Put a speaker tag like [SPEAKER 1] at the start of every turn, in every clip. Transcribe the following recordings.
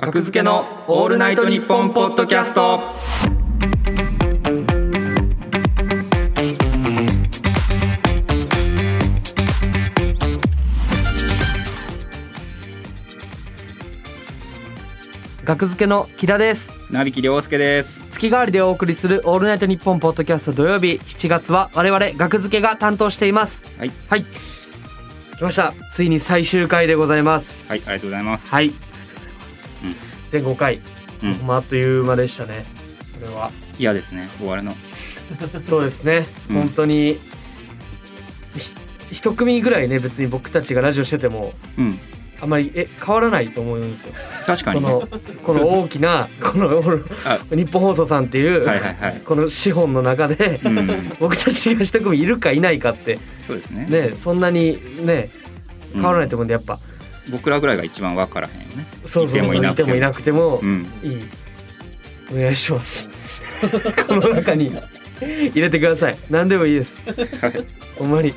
[SPEAKER 1] 格付けのオールナイトニッポンポッドキャスト
[SPEAKER 2] 学付けの木田です
[SPEAKER 1] なびきりょうすけです
[SPEAKER 2] 月替わりでお送りするオールナイトニッポンポッドキャスト土曜日7月は我々学付けが担当しています
[SPEAKER 1] はい
[SPEAKER 2] はい来ましたついに最終回でございます
[SPEAKER 1] はいありがとうございます
[SPEAKER 2] はいありがとうございます、
[SPEAKER 1] うん
[SPEAKER 2] 全5回、
[SPEAKER 1] うん
[SPEAKER 2] まああっという間でしたねこ れは
[SPEAKER 1] 嫌ですね終わるの
[SPEAKER 2] そうですね、
[SPEAKER 1] うん
[SPEAKER 2] 本当にひ一組ぐらいね別に僕たちがラジオしてても
[SPEAKER 1] うん
[SPEAKER 2] あんまりえ変わらないと思うんですよ
[SPEAKER 1] 確か
[SPEAKER 2] そ
[SPEAKER 1] にね
[SPEAKER 2] のこの大きなこの
[SPEAKER 1] あ
[SPEAKER 2] 日本放送さんっていう、
[SPEAKER 1] はいはいはい
[SPEAKER 2] この資本の中で、
[SPEAKER 1] うん
[SPEAKER 2] 僕たちが一組いるかいないかって
[SPEAKER 1] そうですね
[SPEAKER 2] ねそんなにね変わらないと思うんでやっぱ、
[SPEAKER 1] 僕らぐらいが一番分からへんよね
[SPEAKER 2] そうそうそう
[SPEAKER 1] いてもいな
[SPEAKER 2] 見
[SPEAKER 1] くて
[SPEAKER 2] て
[SPEAKER 1] も
[SPEAKER 2] もいなくても
[SPEAKER 1] うん
[SPEAKER 2] いいお願いします この中に入れてください何でもいいです
[SPEAKER 1] はい
[SPEAKER 2] ほんまに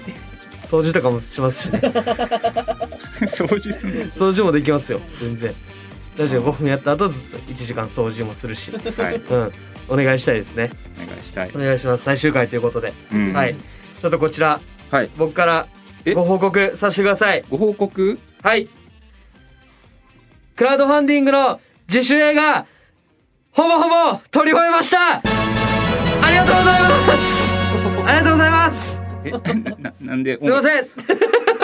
[SPEAKER 2] 掃除とかもしますしね
[SPEAKER 1] 掃除すんの
[SPEAKER 2] 掃除もできますよ全然ラジオ5分やった後ずっと1時間掃除もするしう
[SPEAKER 1] はい
[SPEAKER 2] んお願いしたいですね
[SPEAKER 1] お願いした い
[SPEAKER 2] お願いします最終回ということで、
[SPEAKER 1] うん
[SPEAKER 2] はいちょっとこちら
[SPEAKER 1] はい
[SPEAKER 2] 僕から
[SPEAKER 1] え
[SPEAKER 2] ご報告させてください
[SPEAKER 1] ご報告
[SPEAKER 2] はい。クラウドファンディングの自主映画、ほぼほぼ撮り終えましたありがとうございますありがとうございます
[SPEAKER 1] えななんです
[SPEAKER 2] いません
[SPEAKER 1] ん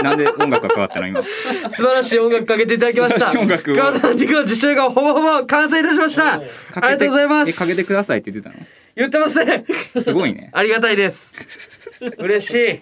[SPEAKER 1] なんで音楽が変わった の今
[SPEAKER 2] 素晴らしい音楽かけていただきまし
[SPEAKER 1] 素
[SPEAKER 2] た。
[SPEAKER 1] 晴らしい音楽を
[SPEAKER 2] クラウドファンディングの自主映画、ほぼほぼ完成いたしましたあり
[SPEAKER 1] かけて
[SPEAKER 2] がとうございま
[SPEAKER 1] え
[SPEAKER 2] す
[SPEAKER 1] かけてくださいって言ってたの
[SPEAKER 2] 言ってません
[SPEAKER 1] すごいね
[SPEAKER 2] ありがたいです。嬉しい。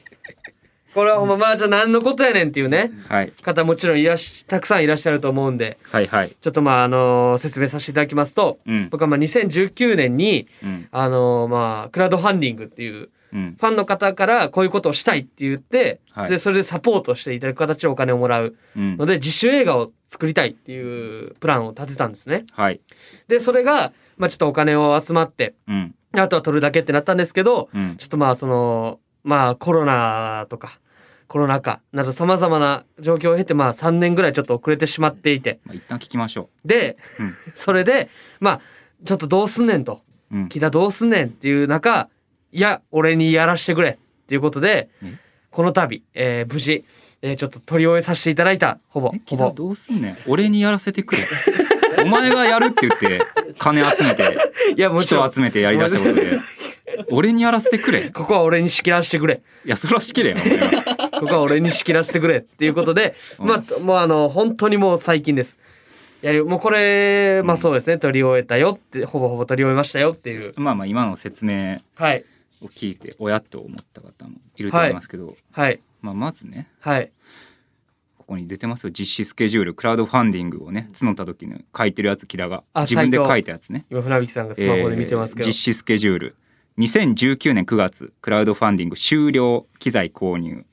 [SPEAKER 2] これはほんま、まあじゃあ何のことやねんっていうね、
[SPEAKER 1] はい
[SPEAKER 2] 方もちろんいらっしたくさんいらっしゃると思うんで、
[SPEAKER 1] はいはい
[SPEAKER 2] ちょっとまああの説明させていただきますと、
[SPEAKER 1] うん
[SPEAKER 2] 僕はまあ2019年に
[SPEAKER 1] うん
[SPEAKER 2] あのまあクラウドファンディングっていう
[SPEAKER 1] うん
[SPEAKER 2] ファンの方からこういうことをしたいって言って、
[SPEAKER 1] はい
[SPEAKER 2] でそれでサポートしていただく形でお金をもらう
[SPEAKER 1] うん
[SPEAKER 2] ので自主映画を作りたいっていうプランを立てたんですね。
[SPEAKER 1] はい
[SPEAKER 2] でそれがまあちょっとお金を集まって
[SPEAKER 1] うん
[SPEAKER 2] あとは撮るだけってなったんですけど、
[SPEAKER 1] うん
[SPEAKER 2] ちょっとまあそのまあコロナとかコロナ禍などさまざまな状況を経てまあ3年ぐらいちょっと遅れてしまっていて。
[SPEAKER 1] まあ、一旦聞きましょ
[SPEAKER 2] で、
[SPEAKER 1] うん
[SPEAKER 2] それでまあちょっとどうすんねんと
[SPEAKER 1] う うん
[SPEAKER 2] 木田どうすんねんっていう中いや俺にやらしてくれっていうことで、
[SPEAKER 1] うん
[SPEAKER 2] この度、えー無事、えーちょっと取り終えさせていただいたほぼ
[SPEAKER 1] え
[SPEAKER 2] ほ
[SPEAKER 1] 木田
[SPEAKER 2] ぼ
[SPEAKER 1] どうすんねん俺にやらせてくれお前がやるって言って金集めて
[SPEAKER 2] いやもちろ
[SPEAKER 1] 人
[SPEAKER 2] ん
[SPEAKER 1] 集めてやりだしたことで俺にやらせてくれ
[SPEAKER 2] ここは俺に仕切らせてくれ
[SPEAKER 1] いやそらしきれよお前 は
[SPEAKER 2] ここは俺に仕切らせてくれっていうことで、
[SPEAKER 1] うん
[SPEAKER 2] まあもうあの本当にもう最近ですやるもうこれまあそうですね取り終えたよってほぼほぼ取り終えましたよっていう
[SPEAKER 1] まあまあ今の説明
[SPEAKER 2] はい
[SPEAKER 1] を聞いておやっと思った方もいると思いますけど、
[SPEAKER 2] はい
[SPEAKER 1] まあ、まずね
[SPEAKER 2] はい
[SPEAKER 1] ここに出てますよ実施スケジュールクラウドファンディングをね募った時に書いてるやつ木田が
[SPEAKER 2] あ
[SPEAKER 1] 自分で
[SPEAKER 2] サイト
[SPEAKER 1] 書いたやつね
[SPEAKER 2] 今船引さんがスマホで見てますけ
[SPEAKER 1] え
[SPEAKER 2] ど、
[SPEAKER 1] ー実施スケジュール2019年9月クラウドファンディング終了機材購入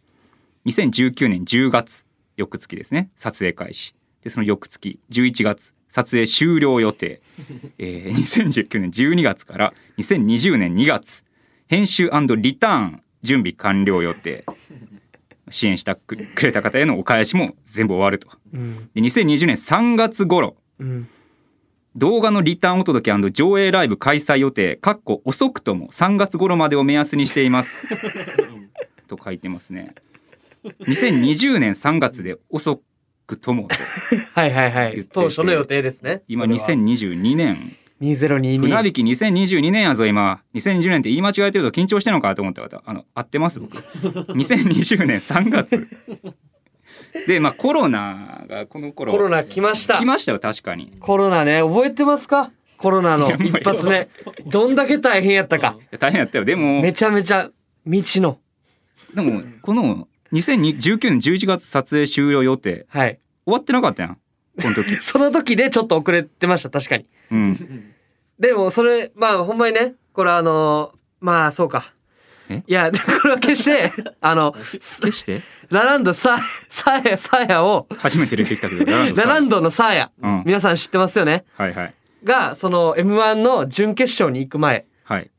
[SPEAKER 1] 2019年10月翌月ですね撮影開始でその翌月11月撮影終了予定、えー2019年12月から2020年2月編集リターン準備完了予定支援したくくれた方へのお返しも全部終わると
[SPEAKER 2] うん
[SPEAKER 1] で2020年3月頃
[SPEAKER 2] うん
[SPEAKER 1] 動画のリターンお届け上映ライブ開催予定かっこ遅くとも3月頃までを目安にしてい ますと書いてますね2020年3月で遅くともと
[SPEAKER 2] はいはいは
[SPEAKER 1] 言って
[SPEAKER 2] い
[SPEAKER 1] て。
[SPEAKER 2] 当初の予定ですね。
[SPEAKER 1] 今2022年船
[SPEAKER 2] 2022。
[SPEAKER 1] 引き2022年やぞ今2020年って言い間違えてると緊張してんのかと思った方あの合ってます 僕2020年3月でまあコロナがこの頃
[SPEAKER 2] コロナ来ました
[SPEAKER 1] 来。ましたよ確かに
[SPEAKER 2] コロナね、覚えてますかコロナの
[SPEAKER 1] いやもう
[SPEAKER 2] 一発目。どんだけ大変やったか。
[SPEAKER 1] 大変やったよでも
[SPEAKER 2] めちゃめちゃ未知の。
[SPEAKER 1] でもこの2019年11月撮影終了予定
[SPEAKER 2] はい。
[SPEAKER 1] 終わってなかったやんこの時
[SPEAKER 2] その時でちょっと遅れてました、確かに。
[SPEAKER 1] うん
[SPEAKER 2] でもそれ、まあほんまにね、これあのーまあそうか
[SPEAKER 1] え。
[SPEAKER 2] いや、これは 決して、あの、す
[SPEAKER 1] 決して
[SPEAKER 2] ラランドさ、さや、さやを、
[SPEAKER 1] 初めて出てきたけ どラランドさ
[SPEAKER 2] ラ
[SPEAKER 1] ん
[SPEAKER 2] ランドのさや、
[SPEAKER 1] うん
[SPEAKER 2] 皆さん知ってますよね
[SPEAKER 1] はいはい
[SPEAKER 2] が、その M1 の準決勝に行く前、
[SPEAKER 1] はい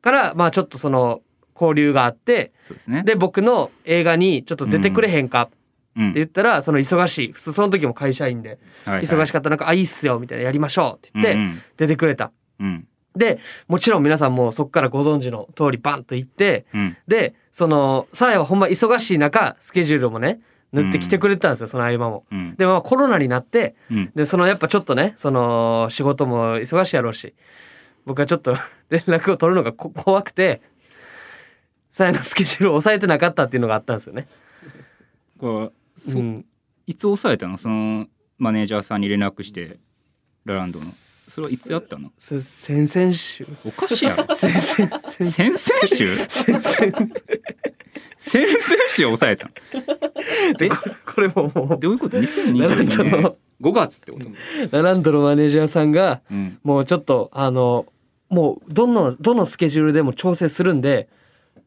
[SPEAKER 2] から、まあちょっとその交流があって、
[SPEAKER 1] そうですね
[SPEAKER 2] で、僕の映画にちょっと出てくれへんかっ
[SPEAKER 1] うん
[SPEAKER 2] 言ったらその忙しい普通その時も会社員で忙し
[SPEAKER 1] かっ
[SPEAKER 2] かったらなんか「あいいっすよ」みたいな「やりましょう」って言って
[SPEAKER 1] うん
[SPEAKER 2] 出てくれた。
[SPEAKER 1] うん
[SPEAKER 2] でもちろん皆さんもそっからご存知の通りバンと行って
[SPEAKER 1] うん
[SPEAKER 2] でそのサーヤはほんま忙しい中スケジュールもね塗ってきてくれてたんですよその合間も。
[SPEAKER 1] うん
[SPEAKER 2] でまあコロナになって
[SPEAKER 1] うん
[SPEAKER 2] でそのやっぱちょっとねその仕事も忙しいやろうし僕はちょっと 連絡を取るのがこ怖くてサーヤのスケジュールを抑えてなかったっていうのがあったんですよね。
[SPEAKER 1] こうそ
[SPEAKER 2] うん
[SPEAKER 1] いつ抑えたのそのマネージャーさんに連絡してラランドのそれはいつやったの
[SPEAKER 2] それ先々週
[SPEAKER 1] おかしいや ろ
[SPEAKER 2] 先々先々
[SPEAKER 1] 先々週
[SPEAKER 2] 先 々
[SPEAKER 1] 先々週抑えたの
[SPEAKER 2] でこれこれももう
[SPEAKER 1] どういうこと
[SPEAKER 2] ラランド
[SPEAKER 1] 2022年
[SPEAKER 2] の
[SPEAKER 1] 5月ってこと
[SPEAKER 2] ラランドのマネージャーさんが
[SPEAKER 1] うん
[SPEAKER 2] もうちょっとあのもうどのどのスケジュールでも調整するんで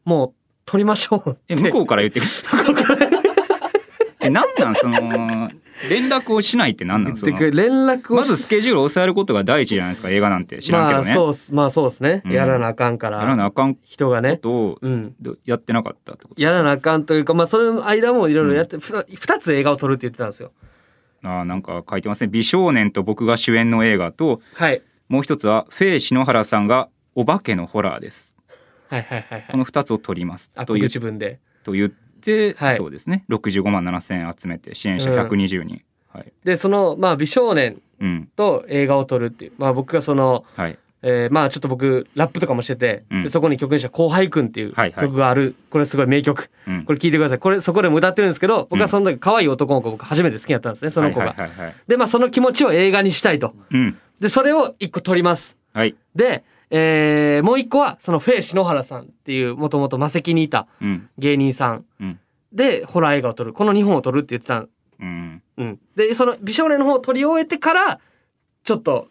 [SPEAKER 2] もう取りましょう
[SPEAKER 1] え向こうから言ってくるえなんなんその連絡をしないってなんなんそ
[SPEAKER 2] で
[SPEAKER 1] の
[SPEAKER 2] 連絡を
[SPEAKER 1] まずスケジュールを抑えることが第一じゃないですか映画なんて知らんけど
[SPEAKER 2] まあ
[SPEAKER 1] ね、
[SPEAKER 2] そうっすまあそうですね、
[SPEAKER 1] うん
[SPEAKER 2] やらなあかんか
[SPEAKER 1] やら
[SPEAKER 2] ら
[SPEAKER 1] なあかんこ
[SPEAKER 2] 人がね
[SPEAKER 1] とを
[SPEAKER 2] うん
[SPEAKER 1] どやってなかったってこと
[SPEAKER 2] やらなあかんというかまあそれの間もいろいろやって、ふた2つ映画を撮るって言ってたんですよ
[SPEAKER 1] あーなんか書いてますね美少年と僕が主演の映画と
[SPEAKER 2] はい
[SPEAKER 1] もう一つはフェイ篠原さんがお化けのホラーです
[SPEAKER 2] はいはいはいは
[SPEAKER 1] こ
[SPEAKER 2] い
[SPEAKER 1] の2つを取ります
[SPEAKER 2] あ
[SPEAKER 1] と言っ
[SPEAKER 2] 自分で
[SPEAKER 1] と言って、
[SPEAKER 2] はい
[SPEAKER 1] そうですね65万7,000円集めて支援者
[SPEAKER 2] うん
[SPEAKER 1] 120人、はい
[SPEAKER 2] でそのまあ美少年
[SPEAKER 1] うん
[SPEAKER 2] と映画を撮るっていうまあ僕がその
[SPEAKER 1] はい
[SPEAKER 2] えーまあちょっと僕ラップとかもしてて、
[SPEAKER 1] うん
[SPEAKER 2] でそこに曲にした「後輩くん」っていう
[SPEAKER 1] はいはい
[SPEAKER 2] 曲がある、これすごい名曲
[SPEAKER 1] うん
[SPEAKER 2] これ聞いてくださいこれそこでも歌ってるんですけど僕はその時可愛い男の子僕初めて好きだったんですねその子が、
[SPEAKER 1] はいはいはいはい
[SPEAKER 2] でまあその気持ちを映画にしたいと
[SPEAKER 1] うん
[SPEAKER 2] でそれを一個撮ります
[SPEAKER 1] はい
[SPEAKER 2] で、えーもう一個はそのフェイ篠原さんっていうもともと魔石にいた
[SPEAKER 1] うん
[SPEAKER 2] 芸人さん
[SPEAKER 1] うん
[SPEAKER 2] でホラー映画を撮るこの2本を撮るって言ってたん
[SPEAKER 1] うん
[SPEAKER 2] うん、でその美少年の方を取り終えてからちょっと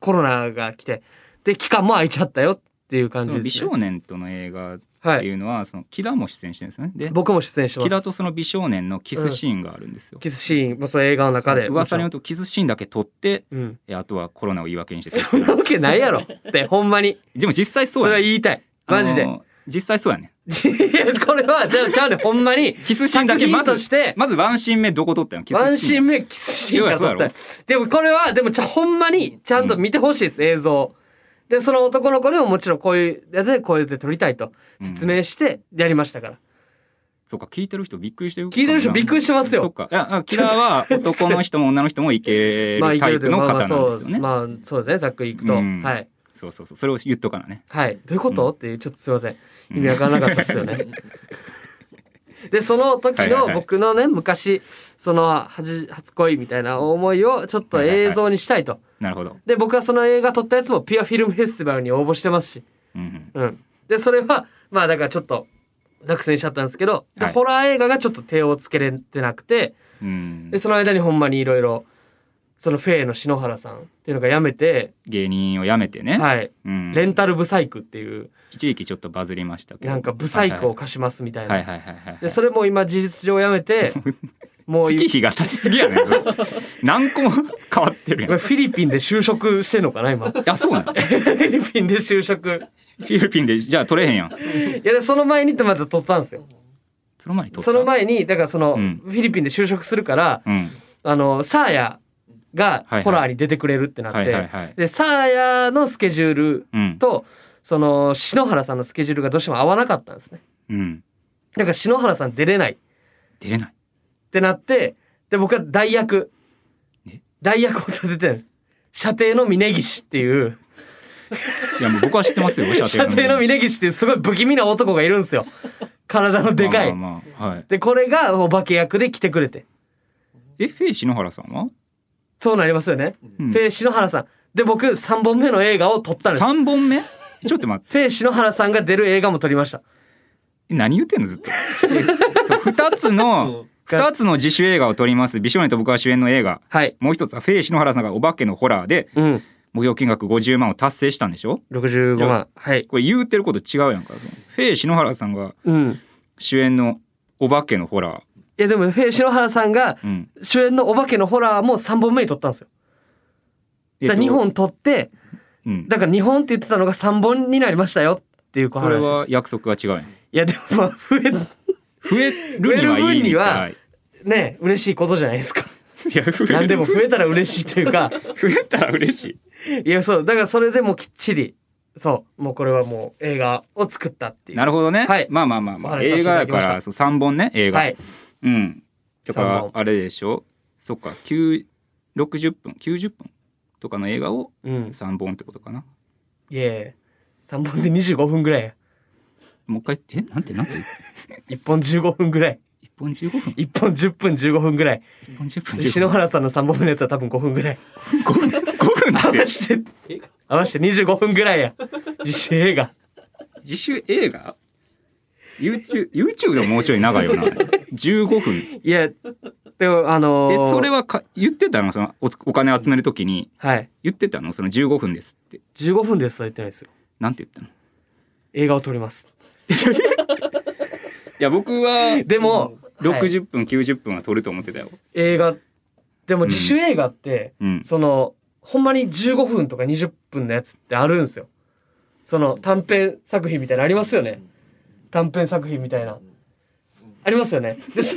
[SPEAKER 2] コロナが来てで期間も空いちゃったよっていう感
[SPEAKER 1] そ
[SPEAKER 2] じ
[SPEAKER 1] の
[SPEAKER 2] です、ね、
[SPEAKER 1] 美少年との映画っ
[SPEAKER 2] は
[SPEAKER 1] て
[SPEAKER 2] い
[SPEAKER 1] いうのは、そのキダも出演してるんですよねで
[SPEAKER 2] 僕も出演してま
[SPEAKER 1] キ
[SPEAKER 2] す
[SPEAKER 1] ダとその美少年のキスシーンがあるんですよ、
[SPEAKER 2] キスシーンもその映画の中で
[SPEAKER 1] 噂によるとキスシーンだけ撮って
[SPEAKER 2] うん
[SPEAKER 1] えあとはコロナを言い訳にして
[SPEAKER 2] そんなわけないやろ ってほんまに
[SPEAKER 1] でも実際そ
[SPEAKER 2] そうれ
[SPEAKER 1] や
[SPEAKER 2] は
[SPEAKER 1] ね
[SPEAKER 2] 言いたいマジで、
[SPEAKER 1] あの実際そうやね
[SPEAKER 2] いやこれはじゃあちゃうねんほんまに
[SPEAKER 1] キスシーンだけ
[SPEAKER 2] 作
[SPEAKER 1] ま
[SPEAKER 2] 品と
[SPEAKER 1] ず
[SPEAKER 2] して
[SPEAKER 1] まずワンシーン目どこ撮ったのキスシーン
[SPEAKER 2] ワンシーン目キスシーンから撮っ
[SPEAKER 1] そう
[SPEAKER 2] た
[SPEAKER 1] や
[SPEAKER 2] よでもこれはでもちゃほんまにちゃんと見てほしいです、映像でその男の子にももちろんこういうやつでこうやって撮りたいと説明してやりましたから、
[SPEAKER 1] そうか聞いてる人びっくりしてる
[SPEAKER 2] 聞いてる人びっくりしてますよ
[SPEAKER 1] そっかいやあキラー は男の人も女の人もいけ
[SPEAKER 2] まあ
[SPEAKER 1] る
[SPEAKER 2] い
[SPEAKER 1] タ
[SPEAKER 2] け
[SPEAKER 1] イ
[SPEAKER 2] るとい
[SPEAKER 1] プの
[SPEAKER 2] うまあ
[SPEAKER 1] 方
[SPEAKER 2] ま
[SPEAKER 1] な
[SPEAKER 2] あ
[SPEAKER 1] ん
[SPEAKER 2] そう
[SPEAKER 1] で
[SPEAKER 2] ですす
[SPEAKER 1] よね
[SPEAKER 2] まあそうですねざっくりいくと、
[SPEAKER 1] うん
[SPEAKER 2] はい
[SPEAKER 1] そうそうそうそれを言っとかなね
[SPEAKER 2] はいどういうこと、
[SPEAKER 1] うん
[SPEAKER 2] っていうちょっとすいません
[SPEAKER 1] うん
[SPEAKER 2] 意味わからなかったですよね でその時
[SPEAKER 1] はいはいは
[SPEAKER 2] の
[SPEAKER 1] い
[SPEAKER 2] 僕のね昔そのはじ初恋みたいな思いをちょっと映像にしたいと、
[SPEAKER 1] なるほど、
[SPEAKER 2] で僕はその映画撮ったやつもピュアフィルムフェスティバルに応募してますし
[SPEAKER 1] うんうん
[SPEAKER 2] うん、でそれはまあだからちょっと落選しちゃったんですけどで、
[SPEAKER 1] はい
[SPEAKER 2] ホラー映画がちょっと手をつけれてなくて
[SPEAKER 1] うん
[SPEAKER 2] でその間にほんまにいろいろそのフェイの篠原さんっていうのが辞めて、
[SPEAKER 1] 芸人を辞めてね、
[SPEAKER 2] はい、
[SPEAKER 1] うん、
[SPEAKER 2] レンタルブサイクっていう
[SPEAKER 1] 一時期ちょっとバズりましたけど
[SPEAKER 2] なんかブサイクを貸しますみたい
[SPEAKER 1] はい
[SPEAKER 2] な
[SPEAKER 1] はいはいはいはい
[SPEAKER 2] でそれも今事実上辞めてもうい
[SPEAKER 1] 月日が経ちすぎ やね何個も変わってるや
[SPEAKER 2] 今
[SPEAKER 1] ん
[SPEAKER 2] フィリピンで就職してんのか な今フ
[SPEAKER 1] あそうなの
[SPEAKER 2] ィリピンで就職
[SPEAKER 1] フィリピンでじゃあ取れへんやん
[SPEAKER 2] いやでその前にってまた撮ったんですよ
[SPEAKER 1] その前に取った
[SPEAKER 2] その前にだからその、
[SPEAKER 1] うん
[SPEAKER 2] フィリピンで就職するから
[SPEAKER 1] うん
[SPEAKER 2] あのサーヤが
[SPEAKER 1] はいはい
[SPEAKER 2] ホラーに出てくれるってなって、
[SPEAKER 1] はいはいはい
[SPEAKER 2] でサーヤのスケジュール
[SPEAKER 1] うん
[SPEAKER 2] とその篠原さんのスケジュールがどうしても合わなかったんですね
[SPEAKER 1] うん
[SPEAKER 2] だから篠原さん出れないっ
[SPEAKER 1] 出れない
[SPEAKER 2] てなってで僕は代役
[SPEAKER 1] え
[SPEAKER 2] 代役を立ててるんです射程の峯岸っていう
[SPEAKER 1] いやもう僕は知ってますよ
[SPEAKER 2] 射程の峯岸っていうすごい不気味な男がいるんですよ体のでかい、
[SPEAKER 1] まあまあまあはい
[SPEAKER 2] でこれがお化け役で来てくれて
[SPEAKER 1] えフェイ篠原さんは
[SPEAKER 2] そうなりますよね、
[SPEAKER 1] うん
[SPEAKER 2] フェイ篠原さんで僕3本目の映画を撮ったんです
[SPEAKER 1] 三本目ちょっと待って
[SPEAKER 2] フェイ篠原さんが出る映画も撮りました。
[SPEAKER 1] 何言ってんのずっとえそう二つ の二つの自主映画を撮ります美少年と僕は主演の映画
[SPEAKER 2] はい。
[SPEAKER 1] もう一つはフェイ篠原さんがお化けのホラーで
[SPEAKER 2] うん。
[SPEAKER 1] 目標金額50万を達成したんでしょ
[SPEAKER 2] 65万。はい。
[SPEAKER 1] これ言うてること違うやんかそのフェイ篠原さんが
[SPEAKER 2] うん。い
[SPEAKER 1] 主演のお化けのホラ
[SPEAKER 2] やでもフェイ篠原さんが
[SPEAKER 1] ーうん
[SPEAKER 2] 主演のお化けのホラーも3本目に撮ったんですよ。
[SPEAKER 1] えっ
[SPEAKER 2] だ
[SPEAKER 1] と
[SPEAKER 2] から2本撮って、
[SPEAKER 1] うん
[SPEAKER 2] だから2本って言ってたのが3本になりましたよっていう
[SPEAKER 1] それ
[SPEAKER 2] 話
[SPEAKER 1] は
[SPEAKER 2] です。
[SPEAKER 1] 約束が違うやん
[SPEAKER 2] いやでもまあ増え
[SPEAKER 1] 増えるにはいいみたい
[SPEAKER 2] ね嬉しいことじゃな いですか
[SPEAKER 1] いや増え
[SPEAKER 2] 何でも増えたら嬉しいというか
[SPEAKER 1] 増えたら嬉しい
[SPEAKER 2] いやそうだからそれでもきっちりそうもうこれはもう映画を作ったっていう
[SPEAKER 1] なるほどね、
[SPEAKER 2] はい
[SPEAKER 1] まあまあまあま
[SPEAKER 2] お
[SPEAKER 1] あ
[SPEAKER 2] 話しさせて
[SPEAKER 1] 映
[SPEAKER 2] いた
[SPEAKER 1] 画だ
[SPEAKER 2] だき
[SPEAKER 1] か
[SPEAKER 2] ました
[SPEAKER 1] らそう3本ね映画、
[SPEAKER 2] はい
[SPEAKER 1] うんだか
[SPEAKER 2] 三
[SPEAKER 1] ら
[SPEAKER 2] 本
[SPEAKER 1] あれでしょそっか9 60分90分とかの映画を
[SPEAKER 2] うん
[SPEAKER 1] 3本ってことかない
[SPEAKER 2] え3本で25分ぐらいや
[SPEAKER 1] もう一回えなんてなんて
[SPEAKER 2] 1本15分ぐらい
[SPEAKER 1] 一本15分
[SPEAKER 2] 1本10分15分ぐらい
[SPEAKER 1] 一本10分
[SPEAKER 2] で篠
[SPEAKER 1] 15
[SPEAKER 2] 原さんの3本目のやつは多分5分ぐらい
[SPEAKER 1] 分5分5分
[SPEAKER 2] 合
[SPEAKER 1] って
[SPEAKER 2] わせて合わせて25分ぐらいや実習映画
[SPEAKER 1] 自主映画 YouTube, YouTube でももうちょい長いよな15分
[SPEAKER 2] いやでもあの
[SPEAKER 1] え
[SPEAKER 2] ー、
[SPEAKER 1] それはか言ってたのそのおお金集めるときに
[SPEAKER 2] はい
[SPEAKER 1] 言ってたのその15分ですって
[SPEAKER 2] 15分ですとは言ってないですよ
[SPEAKER 1] なんて言ったの
[SPEAKER 2] 映画を撮ります
[SPEAKER 1] いや僕は
[SPEAKER 2] でも、はい
[SPEAKER 1] 60分、90分は撮ると思ってたよ、
[SPEAKER 2] 映画でも
[SPEAKER 1] うん
[SPEAKER 2] 自主映画って、
[SPEAKER 1] うん、
[SPEAKER 2] そのほんまに15分とか20分のやつってあるんですよその短編作品みたいなのありますよね短編作品みたいなありますよねでそ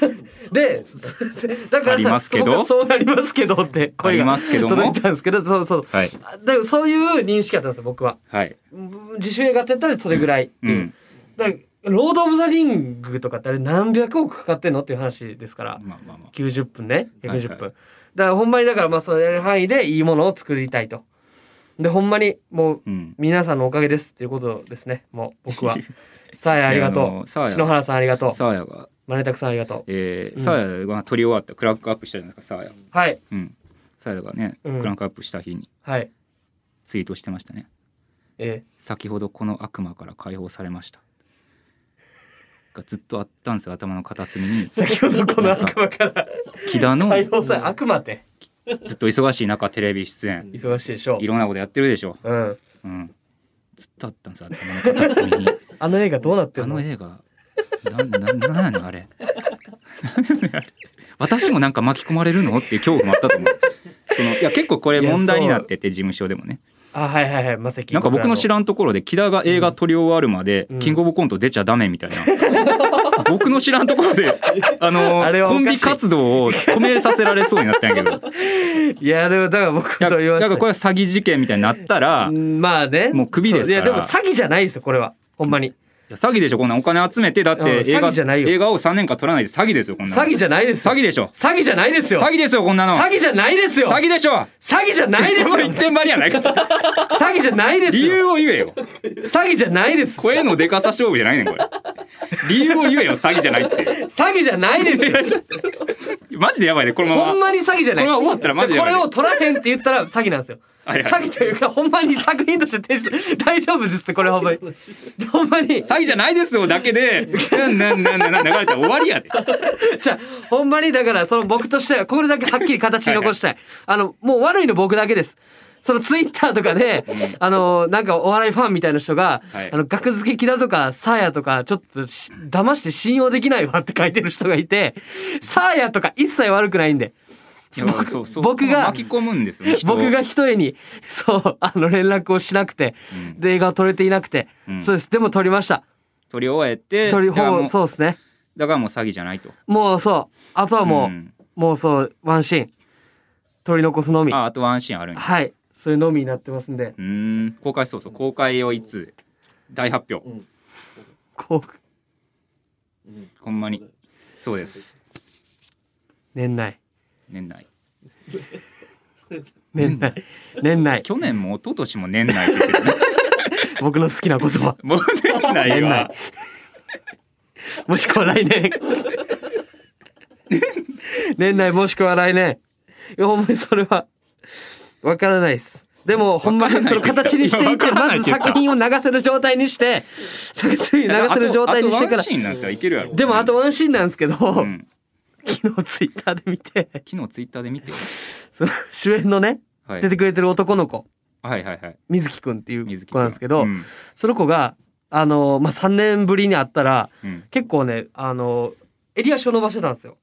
[SPEAKER 2] で そだから
[SPEAKER 1] ありますけど
[SPEAKER 2] 僕はそうなりますけどって声
[SPEAKER 1] ありま
[SPEAKER 2] が
[SPEAKER 1] すけども
[SPEAKER 2] 届いたんですけどそうそう
[SPEAKER 1] はい
[SPEAKER 2] あだからそういう認識だったんですよ僕は
[SPEAKER 1] はい
[SPEAKER 2] うん自主映画ってやったらそれぐらいって
[SPEAKER 1] う
[SPEAKER 2] いう、
[SPEAKER 1] ん、
[SPEAKER 2] だからロード・オブ・ザ・リングとかってあれ何百億かかってんのっていう話ですから
[SPEAKER 1] まあまあまあ
[SPEAKER 2] 90分ね110分、
[SPEAKER 1] はいはい
[SPEAKER 2] だからほんまにだからまあそれやる範囲でいいものを作りたいとでほんまにもう
[SPEAKER 1] うん
[SPEAKER 2] 皆さんのおかげですっていうことですねもう 僕はさあやありが
[SPEAKER 1] いやあ
[SPEAKER 2] と
[SPEAKER 1] の
[SPEAKER 2] う
[SPEAKER 1] さあや
[SPEAKER 2] 篠原さんありがとう
[SPEAKER 1] サーヤが、
[SPEAKER 2] マネタクさんありがとう
[SPEAKER 1] えー
[SPEAKER 2] うん
[SPEAKER 1] サーヤが撮り終わったクランクアップしたじゃないですかサーヤ
[SPEAKER 2] はい
[SPEAKER 1] うんサーヤがね、
[SPEAKER 2] うん
[SPEAKER 1] クランクアップした日に
[SPEAKER 2] はい
[SPEAKER 1] ツイートしてましたね
[SPEAKER 2] え
[SPEAKER 1] 先ほどこの悪魔から解放されましたがずっとあったんですよ頭の片隅 に
[SPEAKER 2] ー先ほどこの悪魔から
[SPEAKER 1] 木田の
[SPEAKER 2] 解放され悪魔って
[SPEAKER 1] ずっと忙しい中テレビ出演
[SPEAKER 2] 忙しいでしょ
[SPEAKER 1] いろんなことやってるでしょ、
[SPEAKER 2] うん
[SPEAKER 1] うん、ずっとあったんですよ頭の片隅に
[SPEAKER 2] あの映画どうなって
[SPEAKER 1] あ
[SPEAKER 2] るの
[SPEAKER 1] の映画なななんやのあれ なんやのあれ私もなんか巻き込まれるのっていう恐怖もあったと思うそのいや結構これ問題になってて事務所でもね
[SPEAKER 2] あはいはいはいマセキ
[SPEAKER 1] なんか僕の知らんところで木田が映画撮り終わるまで、
[SPEAKER 2] うん
[SPEAKER 1] キングオブコント出ちゃダメみたい な、僕の知らんところであの
[SPEAKER 2] あれはお
[SPEAKER 1] コ
[SPEAKER 2] かしい
[SPEAKER 1] ンビ活動を止めさせられそうになったんやけ ど
[SPEAKER 2] いやでもだから僕
[SPEAKER 1] いや
[SPEAKER 2] と言わ
[SPEAKER 1] だ
[SPEAKER 2] せ
[SPEAKER 1] から
[SPEAKER 2] て
[SPEAKER 1] これは詐欺事件みたいになったら、
[SPEAKER 2] う
[SPEAKER 1] い
[SPEAKER 2] んまあね
[SPEAKER 1] もうクビですから
[SPEAKER 2] そういやでも詐欺じゃないですよこれはほんまに
[SPEAKER 1] や詐欺でしょこんなんお金集めてだっ
[SPEAKER 2] うん
[SPEAKER 1] て映
[SPEAKER 2] 詐
[SPEAKER 1] 画
[SPEAKER 2] 欺じゃないよ
[SPEAKER 1] 映画を3年間撮らないで詐欺ですよこんなの
[SPEAKER 2] 詐欺じゃないです
[SPEAKER 1] 詐欺でしょ
[SPEAKER 2] 詐欺じゃないですよ
[SPEAKER 1] 詐欺ですよこんなの
[SPEAKER 2] 詐欺じゃないですよ
[SPEAKER 1] 詐欺でしょ
[SPEAKER 2] 詐欺じゃないですよ
[SPEAKER 1] その一点張りやない か
[SPEAKER 2] 詐欺じゃないです
[SPEAKER 1] 理
[SPEAKER 2] よ
[SPEAKER 1] 由を言えよ
[SPEAKER 2] 詐欺じゃないです
[SPEAKER 1] 声のでかさ勝負じゃないねんこれ理由を言えよ詐欺じゃない って
[SPEAKER 2] 詐欺じゃないですよ
[SPEAKER 1] マジでやばいねこのまま
[SPEAKER 2] ほんまに詐欺じゃない
[SPEAKER 1] これは終わったらマジで
[SPEAKER 2] でこ
[SPEAKER 1] やばい
[SPEAKER 2] れを取らへんって言ったら詐欺なんですよ
[SPEAKER 1] はいはい
[SPEAKER 2] 詐欺というかほんまに作品として提出する大丈夫ですってこれほ んまにほんまに
[SPEAKER 1] 詐欺じゃないですよだけで、なんなんなんなんなん流れたら終わりやで。
[SPEAKER 2] じゃあほんまにだからその僕としてはこれだけはっきり形に残したい。あのもう悪いの僕だけです。そのツイッターとかで、あのなんかお笑いファンみたいな人が、
[SPEAKER 1] はい
[SPEAKER 2] あの学付け木だとかサーヤとかちょっとし騙して信用できないわって書いてる人がいて、サーヤとか一切悪くないんで。僕
[SPEAKER 1] そうそう
[SPEAKER 2] 僕が
[SPEAKER 1] 巻き込むんですよね。人を
[SPEAKER 2] 僕が一重にそうあの連絡をしなくて、
[SPEAKER 1] うん
[SPEAKER 2] で映画を撮れていなくて、
[SPEAKER 1] うん
[SPEAKER 2] そうですでも撮りました
[SPEAKER 1] 撮り終えて、
[SPEAKER 2] 撮り
[SPEAKER 1] だから
[SPEAKER 2] ほ
[SPEAKER 1] も
[SPEAKER 2] ぼ
[SPEAKER 1] う
[SPEAKER 2] そうですね
[SPEAKER 1] だからもう詐欺じゃないと。
[SPEAKER 2] もうそうあとはもう、
[SPEAKER 1] ん
[SPEAKER 2] もうそうワンシーン撮り残すのみ
[SPEAKER 1] ああとワンシーンあるんや。
[SPEAKER 2] はい、それのみになってますんで、
[SPEAKER 1] うーん公開そうそう公開をいつ大発表。
[SPEAKER 2] こう
[SPEAKER 1] ほんまにそうです
[SPEAKER 2] 年内、
[SPEAKER 1] 年内。
[SPEAKER 2] 年内、年内、
[SPEAKER 1] 去年も一昨年も年内って言ってたね
[SPEAKER 2] 僕の好きな 言葉、
[SPEAKER 1] もう年内
[SPEAKER 2] 年
[SPEAKER 1] は
[SPEAKER 2] 内。もしくは来年。年内もしくは来年。いや、ほんまにそれは、わからないです。でも、ほんまにその形にしてい
[SPEAKER 1] わ
[SPEAKER 2] っ
[SPEAKER 1] か
[SPEAKER 2] て、
[SPEAKER 1] らないって
[SPEAKER 2] まず
[SPEAKER 1] 言った
[SPEAKER 2] 作品を流せる状態にして、作品を流せる状態にしてか
[SPEAKER 1] あとあとワン
[SPEAKER 2] ら
[SPEAKER 1] シー。ンなんていけるやろ。
[SPEAKER 2] でも、あとワンシーンなんですけど、
[SPEAKER 1] うん
[SPEAKER 2] 昨日ツイッターで見て、
[SPEAKER 1] 昨日ツイッターで見てよ。
[SPEAKER 2] その主演のね、
[SPEAKER 1] はい
[SPEAKER 2] 出てくれてる男の子、
[SPEAKER 1] はいはいはい。
[SPEAKER 2] 水木くんっていう
[SPEAKER 1] 水木
[SPEAKER 2] 子なんですけど、
[SPEAKER 1] うん
[SPEAKER 2] その子が、あのまあ、3年ぶりに会ったら、
[SPEAKER 1] うん
[SPEAKER 2] 結構ね、あの襟足を伸ばしてたんですよ。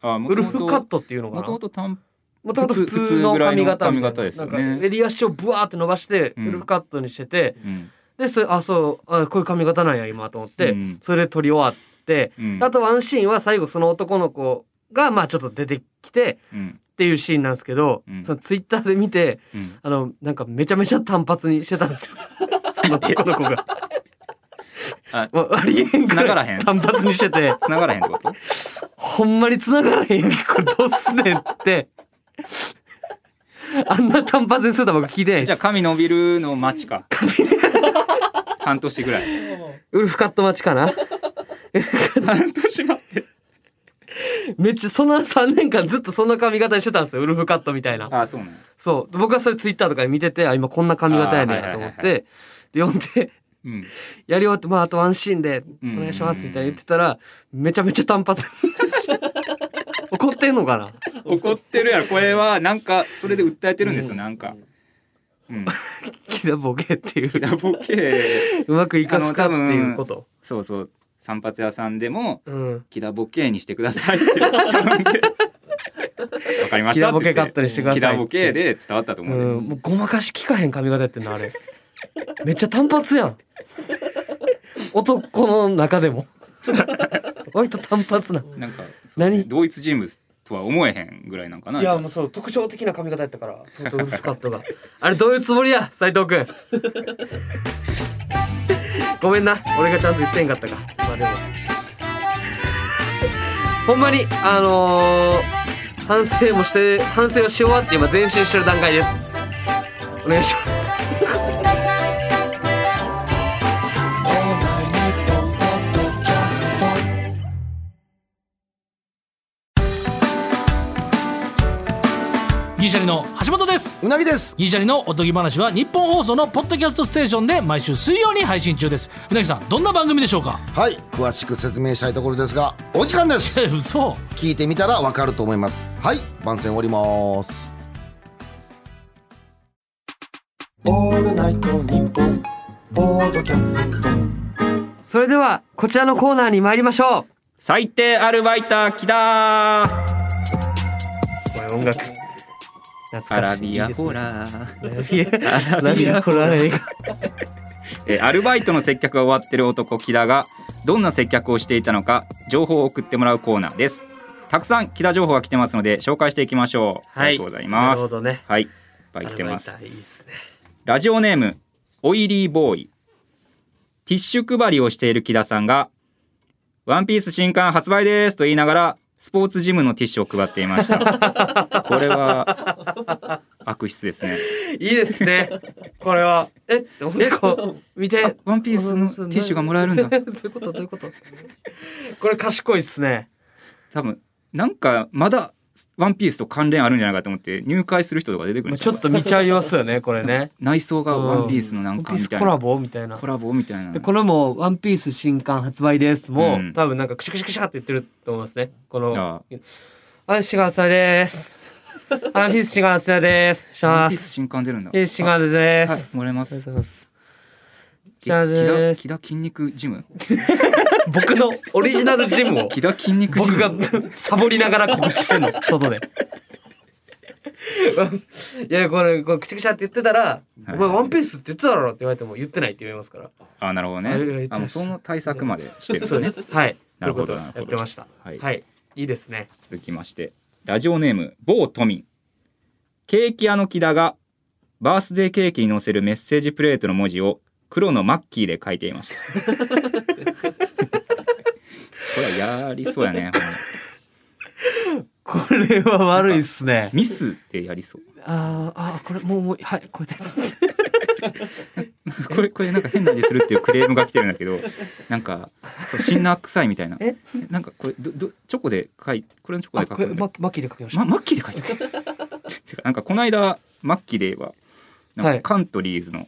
[SPEAKER 1] あも
[SPEAKER 2] ウ
[SPEAKER 1] と
[SPEAKER 2] ル
[SPEAKER 1] もと
[SPEAKER 2] フカットっていうの
[SPEAKER 1] も
[SPEAKER 2] か
[SPEAKER 1] と
[SPEAKER 2] な
[SPEAKER 1] も。と短
[SPEAKER 2] もともと
[SPEAKER 1] 普
[SPEAKER 2] 普通
[SPEAKER 1] 通
[SPEAKER 2] の
[SPEAKER 1] ぐらい
[SPEAKER 2] 髪
[SPEAKER 1] の
[SPEAKER 2] 型みたい
[SPEAKER 1] 髪型
[SPEAKER 2] な。
[SPEAKER 1] です
[SPEAKER 2] な
[SPEAKER 1] よ
[SPEAKER 2] ん
[SPEAKER 1] ね
[SPEAKER 2] か襟足をブワーって伸ばして、
[SPEAKER 1] うん
[SPEAKER 2] ウルフカットにしてて、
[SPEAKER 1] うん
[SPEAKER 2] で、それ、あ、そう、あこういう髪型なんや、今と思って、
[SPEAKER 1] うん
[SPEAKER 2] それで撮り終わって、
[SPEAKER 1] うん
[SPEAKER 2] あとワンシーンは最後その男の子がまあちょっと出てきて
[SPEAKER 1] うん
[SPEAKER 2] っていうシーンなんですけど、
[SPEAKER 1] うん
[SPEAKER 2] そのツイッターで見て
[SPEAKER 1] うん
[SPEAKER 2] あのなんかめちゃめちゃ単発にしてたんで すよその男の子が
[SPEAKER 1] あ。
[SPEAKER 2] もうありえんぐ
[SPEAKER 1] 繋が
[SPEAKER 2] ら
[SPEAKER 1] らへん
[SPEAKER 2] い単発にしてて
[SPEAKER 1] 繋がらへんって こと
[SPEAKER 2] ほんまに繋がらへんやんけこれどうすねん ってあんな単発にするとは僕聞いてない
[SPEAKER 1] じゃ
[SPEAKER 2] で
[SPEAKER 1] あ
[SPEAKER 2] す
[SPEAKER 1] 髪伸びるの待ち か半年ぐらい
[SPEAKER 2] ウルフカット待ちかな
[SPEAKER 1] 半年待って
[SPEAKER 2] めっちゃそんな3年間ずっとそんな髪型にしてたんですよウルフカットみたいな
[SPEAKER 1] あそうなんや
[SPEAKER 2] そう。僕はそれツイッターとかで見てて、あ、今こんな髪型やねん
[SPEAKER 1] あー
[SPEAKER 2] な
[SPEAKER 1] はい
[SPEAKER 2] と
[SPEAKER 1] はい
[SPEAKER 2] 思
[SPEAKER 1] はいは
[SPEAKER 2] っ
[SPEAKER 1] い
[SPEAKER 2] て、で、読んで、
[SPEAKER 1] うん
[SPEAKER 2] やり終わって、まあ、あとワンシーンで、
[SPEAKER 1] うん
[SPEAKER 2] お願いします、みたいな言ってたら、めちゃめちゃ単 発。怒ってんのかな
[SPEAKER 1] 怒ってるやろこれはなんかそれで訴えてるんですよなんかうん
[SPEAKER 2] キダボケっていう、
[SPEAKER 1] ラボ系
[SPEAKER 2] うまくいかすか
[SPEAKER 1] あ
[SPEAKER 2] って
[SPEAKER 1] の多分
[SPEAKER 2] いうこと。
[SPEAKER 1] そうそう散髪屋さんでも
[SPEAKER 2] うん。
[SPEAKER 1] キダボケにしてくださいって言ったんで わかりましたって言って
[SPEAKER 2] キダボケカットにしてくださいっ
[SPEAKER 1] キ
[SPEAKER 2] て
[SPEAKER 1] ダボケで伝わったと
[SPEAKER 2] う。
[SPEAKER 1] 思うん
[SPEAKER 2] もうごまかしきかへん髪型やってんの、あれ。めっちゃ単 発やん。男の中でも。割と単発な。
[SPEAKER 1] でなんかそうね
[SPEAKER 2] 何
[SPEAKER 1] 同一人物とは思えへんぐらいなんかない
[SPEAKER 2] やもうそう特徴的な髪型やったから相当ウルフカットが あれどういうつもりや斉藤君 ごめんな俺がちゃんと言ってへんかったかまあでもほんまにあのー、反省もして反省をし終わって今前進してる段階ですお願いします
[SPEAKER 3] ギリシャリの橋本です
[SPEAKER 4] うなぎです
[SPEAKER 3] ギリシャリのおとぎ話は日本放送のポッドキャストステーションで毎週水曜に配信中ですうなぎさんどんな番組でしょうか
[SPEAKER 4] はい詳しく説明したいところですがお時間です
[SPEAKER 3] え嘘
[SPEAKER 4] 聞いてみたらわかると思いますはい番宣終わります
[SPEAKER 5] オールナイトニッポンポードキャスト
[SPEAKER 2] それではこちらのコーナーに参りましょう
[SPEAKER 1] 最低アルバイターキダー
[SPEAKER 2] これ音楽懐
[SPEAKER 1] ア
[SPEAKER 2] か
[SPEAKER 1] ラ
[SPEAKER 2] しい
[SPEAKER 1] ビアホ
[SPEAKER 2] ラ
[SPEAKER 1] ラー
[SPEAKER 2] アラビアホラー映画
[SPEAKER 1] えーアルバイトの接客が終わってる男木田がどんな接客をしていたのか情報を送ってもらうコーナーですたくさん木田情報が来てますので紹介していきましょう、
[SPEAKER 2] はい
[SPEAKER 1] ありがとうございます
[SPEAKER 2] なるほどね
[SPEAKER 1] はいいっぱい来てます
[SPEAKER 2] アルバイターいいですね
[SPEAKER 1] ラジオネームオイリーボーイティッシュ配りをしている木田さんが「ワンピース新刊発売です」と言いながらスポーツジムのティッシュを配っていました これは悪質ですね
[SPEAKER 2] いいですね。これは。え、え、こう、見て。
[SPEAKER 1] ワンピースのティッシュがもらえるんだ
[SPEAKER 2] どういうことどういうことこれ賢いっすね。
[SPEAKER 1] 多分なんかまだ「ワンピースと関連あるんじゃないかと思って入会する人とか出てくるん
[SPEAKER 2] ちょっと見ちゃいますよね、これ ね。
[SPEAKER 1] 内装が「ワンピースのな
[SPEAKER 2] ワ
[SPEAKER 1] ん
[SPEAKER 2] ンピ
[SPEAKER 1] か
[SPEAKER 2] ー
[SPEAKER 1] み
[SPEAKER 2] ス
[SPEAKER 1] たい
[SPEAKER 2] コラ
[SPEAKER 1] な
[SPEAKER 2] ボみたいな
[SPEAKER 1] コ。ラボみたいな
[SPEAKER 2] で、これも、ワンピース新刊発売です。も
[SPEAKER 1] う
[SPEAKER 2] う、
[SPEAKER 1] ん
[SPEAKER 2] 多分なんか、クシャクシャクシャって言ってると思いますね。この、
[SPEAKER 1] あ
[SPEAKER 2] あ、4月 です。ワンピース4月です。し
[SPEAKER 1] ワン
[SPEAKER 2] ま
[SPEAKER 1] ピース
[SPEAKER 2] す。
[SPEAKER 1] 新刊出るんだ
[SPEAKER 2] え、4月で
[SPEAKER 1] あは
[SPEAKER 2] す。
[SPEAKER 1] いもらえま
[SPEAKER 2] あり
[SPEAKER 1] す
[SPEAKER 2] がとうございます。
[SPEAKER 1] 木
[SPEAKER 2] じゃあ
[SPEAKER 1] 田
[SPEAKER 2] ねー
[SPEAKER 1] 木田筋肉ジム
[SPEAKER 2] 僕のオリジナルジムを。
[SPEAKER 1] 木田筋肉ジ
[SPEAKER 2] 僕
[SPEAKER 1] ム
[SPEAKER 2] がサボりながら告知して んの外で。 いやこれこれくちゃくちゃって言ってたら「
[SPEAKER 1] はい
[SPEAKER 2] お前ワンピースって言ってただろ」って言われても言ってないって言いますから
[SPEAKER 1] あなるほどね
[SPEAKER 2] あれが言ってました
[SPEAKER 1] あもうその対策までしてるん
[SPEAKER 2] そうで
[SPEAKER 1] ね
[SPEAKER 2] すはい
[SPEAKER 1] なるほど
[SPEAKER 2] ということ
[SPEAKER 1] なるほど
[SPEAKER 2] やってました
[SPEAKER 1] はい
[SPEAKER 2] はいいいですね
[SPEAKER 1] 続きましてラジオネーム某都民ケーキ屋の木田がバースデーケーキに載せるメッセージプレートの文字を黒のマッキーで書いていました これはやりそうやねほんま
[SPEAKER 2] これは悪いっすね
[SPEAKER 1] ミスってやりそう
[SPEAKER 2] あーあーこれもうもうはいこれで
[SPEAKER 1] これこれなんか変な字するっていうクレームが来てるんだけどなんかそうシンナー臭いみたいな
[SPEAKER 2] え
[SPEAKER 1] なんかこれどどチョコで書いこれのチョコで
[SPEAKER 2] あ
[SPEAKER 1] 書
[SPEAKER 2] こ
[SPEAKER 1] く
[SPEAKER 2] れ
[SPEAKER 1] んだ
[SPEAKER 2] ママッキーで書きまし
[SPEAKER 1] ま、
[SPEAKER 2] た、
[SPEAKER 1] マッキーで書いてくれてかなんかこの間マッキーで言えばな
[SPEAKER 2] は
[SPEAKER 1] んか
[SPEAKER 2] い
[SPEAKER 1] カントリーズの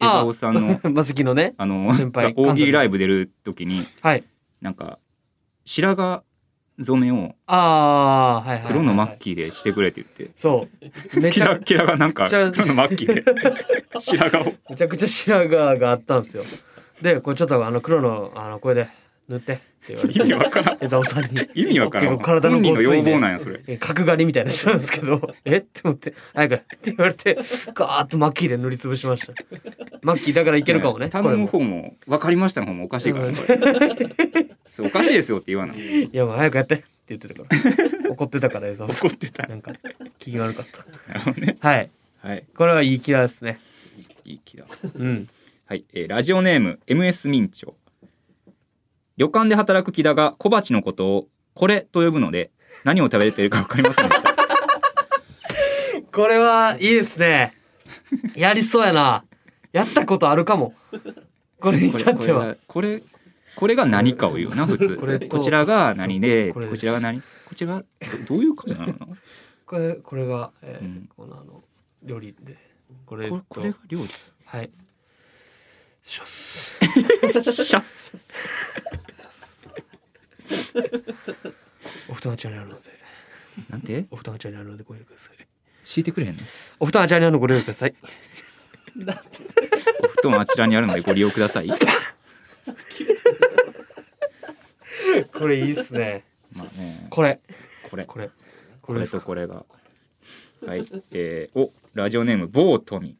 [SPEAKER 1] 江沢さんのあ
[SPEAKER 2] マセキのね
[SPEAKER 1] の
[SPEAKER 2] 先輩
[SPEAKER 1] 大喜利ライブ出る時に
[SPEAKER 2] はい
[SPEAKER 1] なんか白髪染めを
[SPEAKER 2] ああーはいはいはいはい
[SPEAKER 1] 黒のマッキーでしてくれって言って。
[SPEAKER 2] そうめ
[SPEAKER 1] キ
[SPEAKER 2] ちゃ
[SPEAKER 1] ラキラがなんか
[SPEAKER 2] めちゃ
[SPEAKER 1] 黒のマッキーで白髪を
[SPEAKER 2] めちゃくちゃ白髪があったんですよ。で、これちょっとあの黒の、あの、これで塗ってって言われ
[SPEAKER 1] 意味
[SPEAKER 2] て、
[SPEAKER 1] わからん
[SPEAKER 2] 江沢さんに。
[SPEAKER 1] 意味わからん
[SPEAKER 2] 結構体の
[SPEAKER 1] 本人の
[SPEAKER 2] ごつい
[SPEAKER 1] 要
[SPEAKER 2] ね
[SPEAKER 1] 望なんやそれ
[SPEAKER 2] え角刈りみたいな人なんですけど、 えって思って、早くって言われて、ガーッとマッキーで塗りつぶしました。マッキーだからいけるかもね。
[SPEAKER 1] 頼む
[SPEAKER 2] こ
[SPEAKER 1] 方も分かりましたの方もおかしいからねこれそうおかしいですよって言わない
[SPEAKER 2] れもいや、もう早くやって。言ってたから怒ってたから江澤 さ
[SPEAKER 1] 怒ってた
[SPEAKER 2] んなんか機嫌悪かった
[SPEAKER 1] なるほどね
[SPEAKER 2] はい
[SPEAKER 1] はい
[SPEAKER 2] これはいいキラーですね
[SPEAKER 1] いい気だ
[SPEAKER 2] うん
[SPEAKER 1] はい、えーラジオネーム MS 明朝旅館で働く木田が小鉢のことをこれと呼ぶので何を食べているか分かりませんで した
[SPEAKER 2] これはいいですねやりそうやなやったことあるかもこれに
[SPEAKER 1] これ
[SPEAKER 2] 至っては
[SPEAKER 1] これがこれこれが何かを言うな普通
[SPEAKER 2] こ
[SPEAKER 1] こ
[SPEAKER 2] れと
[SPEAKER 1] ちらが何で
[SPEAKER 2] こ
[SPEAKER 1] こ
[SPEAKER 2] れです
[SPEAKER 1] ちらが何こちらがどどういう感じなのこ
[SPEAKER 2] これこれが、えー
[SPEAKER 1] うん
[SPEAKER 2] このあの料理でこれ
[SPEAKER 1] れ
[SPEAKER 2] と
[SPEAKER 1] これが料理
[SPEAKER 2] はい
[SPEAKER 1] シャッ
[SPEAKER 2] お布団あちらにあるので
[SPEAKER 1] なんて
[SPEAKER 2] お布団あちらにあるのでご用意ください
[SPEAKER 1] 敷いてくれへんの
[SPEAKER 2] お布団あちらにあるのでご用意ください
[SPEAKER 1] お布団あちらにあるのでご利用ください
[SPEAKER 2] これいいっすね
[SPEAKER 1] まあね
[SPEAKER 2] これ
[SPEAKER 1] これ
[SPEAKER 2] これこ
[SPEAKER 1] こ
[SPEAKER 2] れ
[SPEAKER 1] れ
[SPEAKER 2] です
[SPEAKER 1] とこれが。はい。えー、おラジオネーム、ボートミン。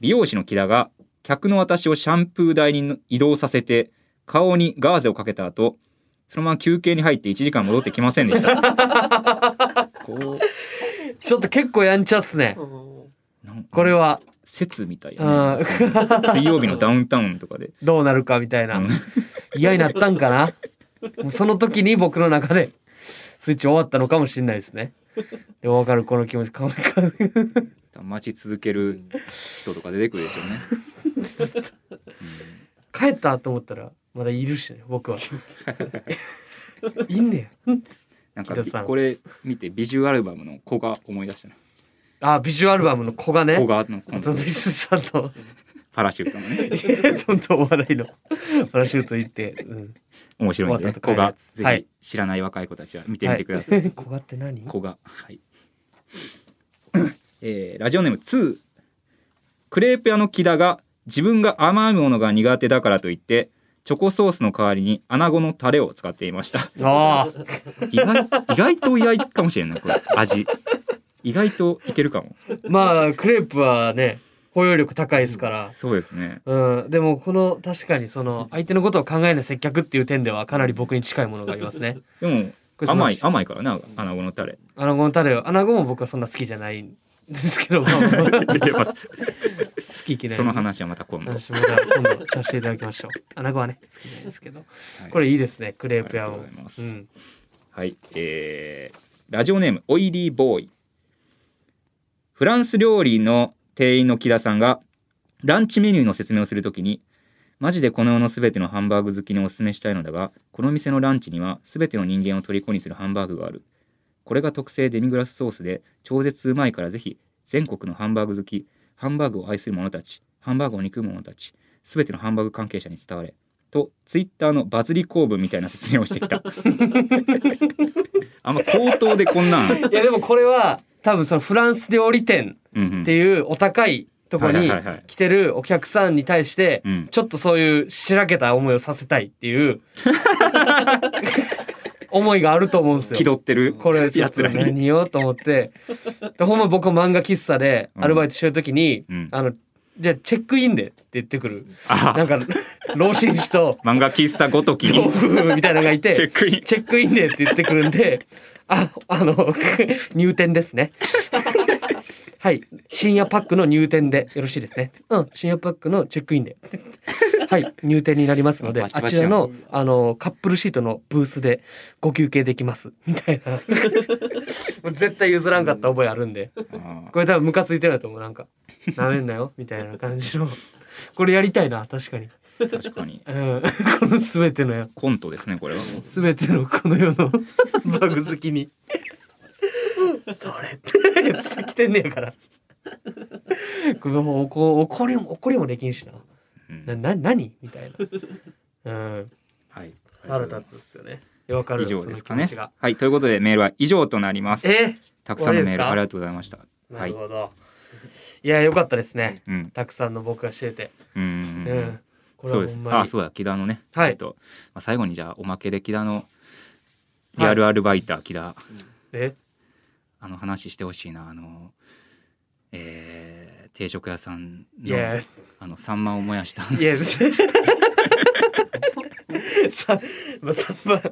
[SPEAKER 1] 美容師の木田が、客の私をシャンプー台に移動させて、顔にガーゼをかけた後、そのまま休憩に入って1時間戻ってきませんで した。こ
[SPEAKER 2] ちょっと結構やんちゃっすね
[SPEAKER 1] う、なん
[SPEAKER 2] これは
[SPEAKER 1] 説みたい
[SPEAKER 2] あ
[SPEAKER 1] な、ね。水曜日のダウンタウンとかで。
[SPEAKER 2] どうなるかみたいな
[SPEAKER 1] うん
[SPEAKER 2] 嫌になったんかなもうその時に僕の中でスイッチ終わったのかもしれないですねでも分かるこの気持ちかわいか
[SPEAKER 1] 待ち続ける人とか出てくるでしょうね。
[SPEAKER 2] 帰ったと思ったらまだいるしね僕はいんねや
[SPEAKER 1] なんか
[SPEAKER 2] 木田さん
[SPEAKER 1] これ見てビジュアルアルバムの子が思い出したな。
[SPEAKER 2] あビジュアルバムの子がね
[SPEAKER 1] 子がのこ
[SPEAKER 2] ゾン
[SPEAKER 1] の
[SPEAKER 2] ビスさんと
[SPEAKER 1] パラシュートのね。
[SPEAKER 2] どんどんお笑いの話をと言って、うん、
[SPEAKER 1] 面白いんで、ね、
[SPEAKER 2] 終
[SPEAKER 1] 子
[SPEAKER 2] わっ
[SPEAKER 1] が
[SPEAKER 2] た後帰るやつ
[SPEAKER 1] ぜひ知らない若い子たちは見てみてください。
[SPEAKER 2] はい、 子がって何
[SPEAKER 1] 子が、はい。えーラジオネーム2クレープ屋の木田が自分が甘いものが苦手だからといってチョコソースの代わりに穴子のタレを使っていました
[SPEAKER 2] ああ
[SPEAKER 1] 意外意外と意外かもしれないこれ味意外といけるかも
[SPEAKER 2] まあクレープはね包容力高いですから、
[SPEAKER 1] そうですね
[SPEAKER 2] うん、でもこの確かにその相手のことを考えない接客っていう点ではかなり僕に近いものがありま すね。
[SPEAKER 1] でも
[SPEAKER 2] これ
[SPEAKER 1] 甘い
[SPEAKER 2] その
[SPEAKER 1] 甘いからな穴子の タレ
[SPEAKER 2] 穴子のタレを穴子も僕はそんな好きじゃないんです けど、まあまあまあ好
[SPEAKER 1] やっぱ
[SPEAKER 2] き嫌い
[SPEAKER 1] その話はまた今度
[SPEAKER 2] 話もじゃあ今度させていただきましょう。穴子はね好きなんですけど、
[SPEAKER 1] はい
[SPEAKER 2] これいいですねクレープ屋
[SPEAKER 1] あり
[SPEAKER 2] も
[SPEAKER 1] がとうございま。す
[SPEAKER 2] うん、
[SPEAKER 1] はい、えーラジオネームオイリーボーイフランス料理の店員の木田さんがランチメニューの説明をするときにマジでこの世のすべてのハンバーグ好きにお勧めしたいのだがこの店のランチにはすべての人間を虜にするハンバーグがあるこれが特製デミグラスソースで超絶うまいからぜひ全国のハンバーグ好きハンバーグを愛する者たちハンバーグを憎む者たちすべてのハンバーグ関係者に伝われとツイッターのバズり公文みたいな説明をしてきたあんま口頭でこんなん、
[SPEAKER 2] いやでもこれは多分そのフランス料理店
[SPEAKER 1] うんうん
[SPEAKER 2] っていうお高いとこ
[SPEAKER 1] はい
[SPEAKER 2] に
[SPEAKER 1] はいはい
[SPEAKER 2] 来てるお客さんに対して
[SPEAKER 1] うん
[SPEAKER 2] ちょっとそういうしらけた思いをさせたいっていう 思いがあると思うんです
[SPEAKER 1] 気
[SPEAKER 2] よ。
[SPEAKER 1] 取ってる
[SPEAKER 2] これちょ
[SPEAKER 1] や
[SPEAKER 2] っと
[SPEAKER 1] つらに。
[SPEAKER 2] 何よと思ってでほんま僕は漫画喫茶でアルバイトしてる時に、
[SPEAKER 1] うん
[SPEAKER 2] あのじゃあチェックインでって言ってくる
[SPEAKER 1] あ
[SPEAKER 2] なんか老紳士と
[SPEAKER 1] 漫画喫茶ごとき
[SPEAKER 2] 老
[SPEAKER 1] に
[SPEAKER 2] 夫婦みたいなのがいて
[SPEAKER 1] チェックイン。
[SPEAKER 2] チェックインでって言ってくるんで、あ、あの、 入店ですね。 はい。深夜パックの入店でよろしいですね。うん。深夜パックのチェックインで。 はい。入店になりますので、
[SPEAKER 1] バチ
[SPEAKER 2] あ
[SPEAKER 1] バチ
[SPEAKER 2] ち
[SPEAKER 1] や
[SPEAKER 2] ら
[SPEAKER 1] ん
[SPEAKER 2] の、あの、カップルシートのブースでご休憩できます。みたいな。 もう絶対譲らんかった覚えあるんで。
[SPEAKER 1] あー
[SPEAKER 2] これ多分ムカついてると思う。なんか、なめんなよ。みたいな感じの。これやりたいな。確かに。
[SPEAKER 1] 確かに。
[SPEAKER 2] うん。 この全てのや
[SPEAKER 1] コントですね、これはもう。
[SPEAKER 2] すべてのこの世 のバグ好きに。それって、来てんねやから。これもうこ怒りも、怒りもできんしな。
[SPEAKER 1] うん
[SPEAKER 2] な、な、何みたいな。うん。
[SPEAKER 1] はい。
[SPEAKER 2] 腹立つっすよね。いやわかる
[SPEAKER 1] 以
[SPEAKER 2] よ
[SPEAKER 1] 上
[SPEAKER 2] そ
[SPEAKER 1] で
[SPEAKER 2] の
[SPEAKER 1] す
[SPEAKER 2] 気
[SPEAKER 1] か
[SPEAKER 2] 持
[SPEAKER 1] ね
[SPEAKER 2] ちが。
[SPEAKER 1] はい、ということでメールは以上となります。
[SPEAKER 2] え
[SPEAKER 1] たくさんのメ
[SPEAKER 2] 終わりで
[SPEAKER 1] ー
[SPEAKER 2] す
[SPEAKER 1] ル
[SPEAKER 2] か
[SPEAKER 1] ありがとうございました。
[SPEAKER 2] な
[SPEAKER 1] は
[SPEAKER 2] る
[SPEAKER 1] い。
[SPEAKER 2] ほど。いや、よかったですね。
[SPEAKER 1] うん。
[SPEAKER 2] たくさんの僕がしてて。
[SPEAKER 1] うんう
[SPEAKER 2] うん
[SPEAKER 1] うんん。。
[SPEAKER 2] これ
[SPEAKER 1] そう
[SPEAKER 2] は
[SPEAKER 1] で
[SPEAKER 2] ほ
[SPEAKER 1] す
[SPEAKER 2] ん。ま
[SPEAKER 1] あ、
[SPEAKER 2] に。
[SPEAKER 1] そうだ、木田のね。
[SPEAKER 2] はい
[SPEAKER 1] ちょっと、まあ、最後にじゃあ、おまけで木田の。リアルアルバイター、木田。
[SPEAKER 2] え
[SPEAKER 1] あの話してほしいな、あの。えー定食屋さん
[SPEAKER 2] いや
[SPEAKER 1] の。あの、サンマを燃やした
[SPEAKER 2] いや
[SPEAKER 1] 話。、
[SPEAKER 2] さまあさまあ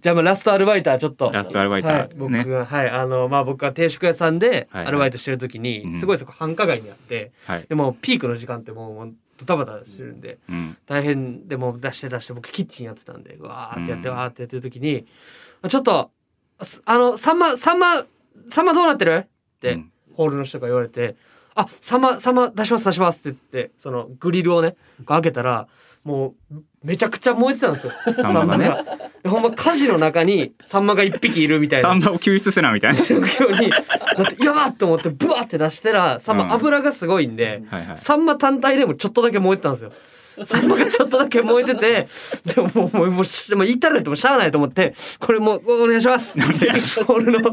[SPEAKER 2] じゃあまあラストアルバイターちょっと
[SPEAKER 1] ラストアルバイター
[SPEAKER 2] はい、僕
[SPEAKER 1] ね
[SPEAKER 2] がはいあのまあ僕は定食屋さんで
[SPEAKER 1] はいはい
[SPEAKER 2] アルバイトしてる時に、
[SPEAKER 1] うん
[SPEAKER 2] すごいそこ繁華街にあって
[SPEAKER 1] はい。
[SPEAKER 2] でもうピークの時間ってもうもうドタバタしてるんで
[SPEAKER 1] うん。
[SPEAKER 2] 大変でもう出して出して僕キッチンやってたんでうわーってやって
[SPEAKER 1] うん
[SPEAKER 2] わーってやってる時に、ちょっとすあのさんまさんまさんまどうなってるって、
[SPEAKER 1] うん
[SPEAKER 2] ホールの人が言われて「あさんまさんま出します出します」って言ってそのグリルをねこう開けたらもうめちゃくちゃ燃えてたんですよ
[SPEAKER 1] サンマがね
[SPEAKER 2] サンマがでほんま火事の中にサンマが一匹いるみたい
[SPEAKER 1] サ
[SPEAKER 2] な
[SPEAKER 1] ン。マを救出せなみたい な。
[SPEAKER 2] 状況になってやばっと思ってブワーって出したらサン
[SPEAKER 1] うん
[SPEAKER 2] マ油がすごいんで、
[SPEAKER 1] はいはい。
[SPEAKER 2] サンマ単体でもちょっとだけ燃えてたんですよ。サンマがちょっとだけ燃えてて、でももう、もう、もうし、もう言いたられてもしゃあないと思って、これもう、おお願いしますっ
[SPEAKER 1] んで
[SPEAKER 2] て、ホールの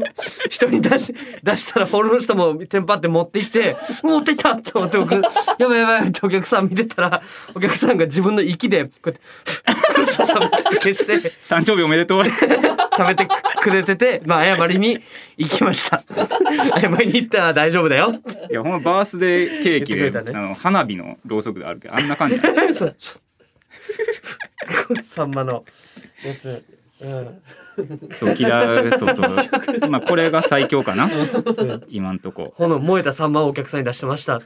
[SPEAKER 2] 人に出し、出したら、ホールの人もテンパって持っていって、持ってきたと思って僕、やばいやばいってお客さん見てたら、お客さんが自分の息で、こうやって、 サンマ消して、
[SPEAKER 1] 誕生日おめでとう。
[SPEAKER 2] 食べてくれてて、まあ、謝りに行き ました。謝りに行ったら大丈夫だよ。
[SPEAKER 1] いやほんまバースデーケーキ
[SPEAKER 2] 言
[SPEAKER 1] で、
[SPEAKER 2] ってくれた
[SPEAKER 1] あ
[SPEAKER 2] ね
[SPEAKER 1] の花火のろうそくであるけどあんな感じ
[SPEAKER 2] そう。サンマのやつ。うん。
[SPEAKER 1] そうキラーそうそう まあこれが最強かな今んとこ
[SPEAKER 2] 炎燃えたサンマをお客さんに出してました。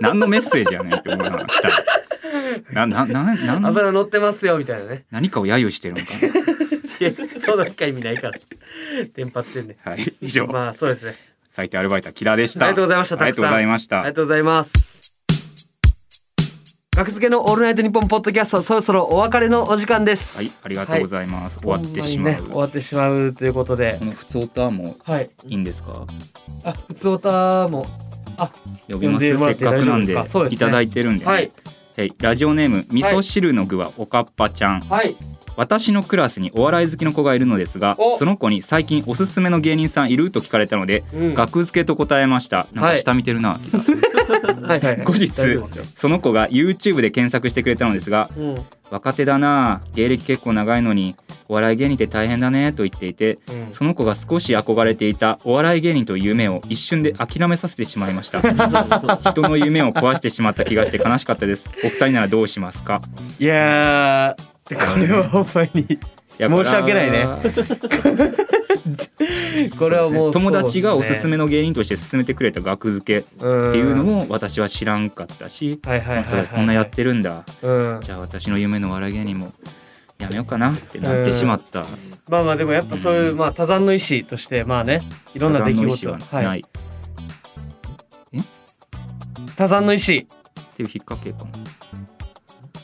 [SPEAKER 1] 何のメッセージやねんって思うな来たらななななん
[SPEAKER 2] 油乗ってますよみたいなね。
[SPEAKER 1] 何かを揶揄してるのか
[SPEAKER 2] いやそうだっか意味ないから。テンパってんね。
[SPEAKER 1] なはい以上
[SPEAKER 2] まあそうですね。
[SPEAKER 1] 最低アルバイターキラーでし
[SPEAKER 2] あり
[SPEAKER 1] た
[SPEAKER 2] がとうございました。
[SPEAKER 1] ありが
[SPEAKER 2] たく
[SPEAKER 1] とう
[SPEAKER 2] さん
[SPEAKER 1] ございまし
[SPEAKER 2] あり
[SPEAKER 1] た
[SPEAKER 2] がとうございます。学付けのオールナイトニッポンポッドキャストそろそろお別れのお時間です。
[SPEAKER 1] はいありがとうございます、終わってしまう、
[SPEAKER 2] ほんにね終わってしまうということで
[SPEAKER 1] こ。の普通歌も
[SPEAKER 2] はい。
[SPEAKER 1] いいんですか
[SPEAKER 2] あ、普通歌も。あ、
[SPEAKER 1] 呼びます
[SPEAKER 2] 呼んでもら
[SPEAKER 1] せ
[SPEAKER 2] っ
[SPEAKER 1] ってかくなんで
[SPEAKER 2] 大丈夫ですかそうですね
[SPEAKER 1] いただいてるんで、ね
[SPEAKER 2] はい。
[SPEAKER 1] はいラジオネーム味噌汁の具はおかっぱちゃん
[SPEAKER 2] はい。
[SPEAKER 1] 私のクラスにお笑い好きの子がいるのですが
[SPEAKER 2] お
[SPEAKER 1] その子に最近おすすめの芸人さんいると聞かれたので
[SPEAKER 2] うん
[SPEAKER 1] 額付けと答えましたなん
[SPEAKER 2] は
[SPEAKER 1] か
[SPEAKER 2] い
[SPEAKER 1] 下見てる な、
[SPEAKER 2] はいはいはい
[SPEAKER 1] 後日
[SPEAKER 2] 大丈夫ですよ
[SPEAKER 1] その子が YouTube で検索してくれたのですが
[SPEAKER 2] うん
[SPEAKER 1] 若手だなあ芸歴結構長いのにお笑い芸人って大変だねと言っていて
[SPEAKER 2] うん
[SPEAKER 1] その子が少し憧れていたお笑い芸人という夢を一瞬で諦めさせてしまいました 人の夢を壊してしまった気がして悲しかったですお二人ならどうしますか
[SPEAKER 2] いやーこれはほんまに
[SPEAKER 1] いや
[SPEAKER 2] 申し訳ないね
[SPEAKER 1] これは
[SPEAKER 2] これはもう
[SPEAKER 1] 友達がおすすめ
[SPEAKER 2] っ
[SPEAKER 1] の芸人として勧めてくれた額付け
[SPEAKER 2] て
[SPEAKER 1] ってい
[SPEAKER 2] いう
[SPEAKER 1] のも私は知らんかったし、
[SPEAKER 2] はいはいはいはい
[SPEAKER 1] こんなやってるんだ
[SPEAKER 2] うん
[SPEAKER 1] じゃあ私の夢の笑い芸人もやめようかなってなってしまった、
[SPEAKER 2] まあまあでもやっぱそういうまあ多山の意思としてまあねいろんな出来事
[SPEAKER 1] 他の意思はない、
[SPEAKER 2] はい
[SPEAKER 1] っ
[SPEAKER 2] 多山の意思
[SPEAKER 1] ていう引っ掛けかも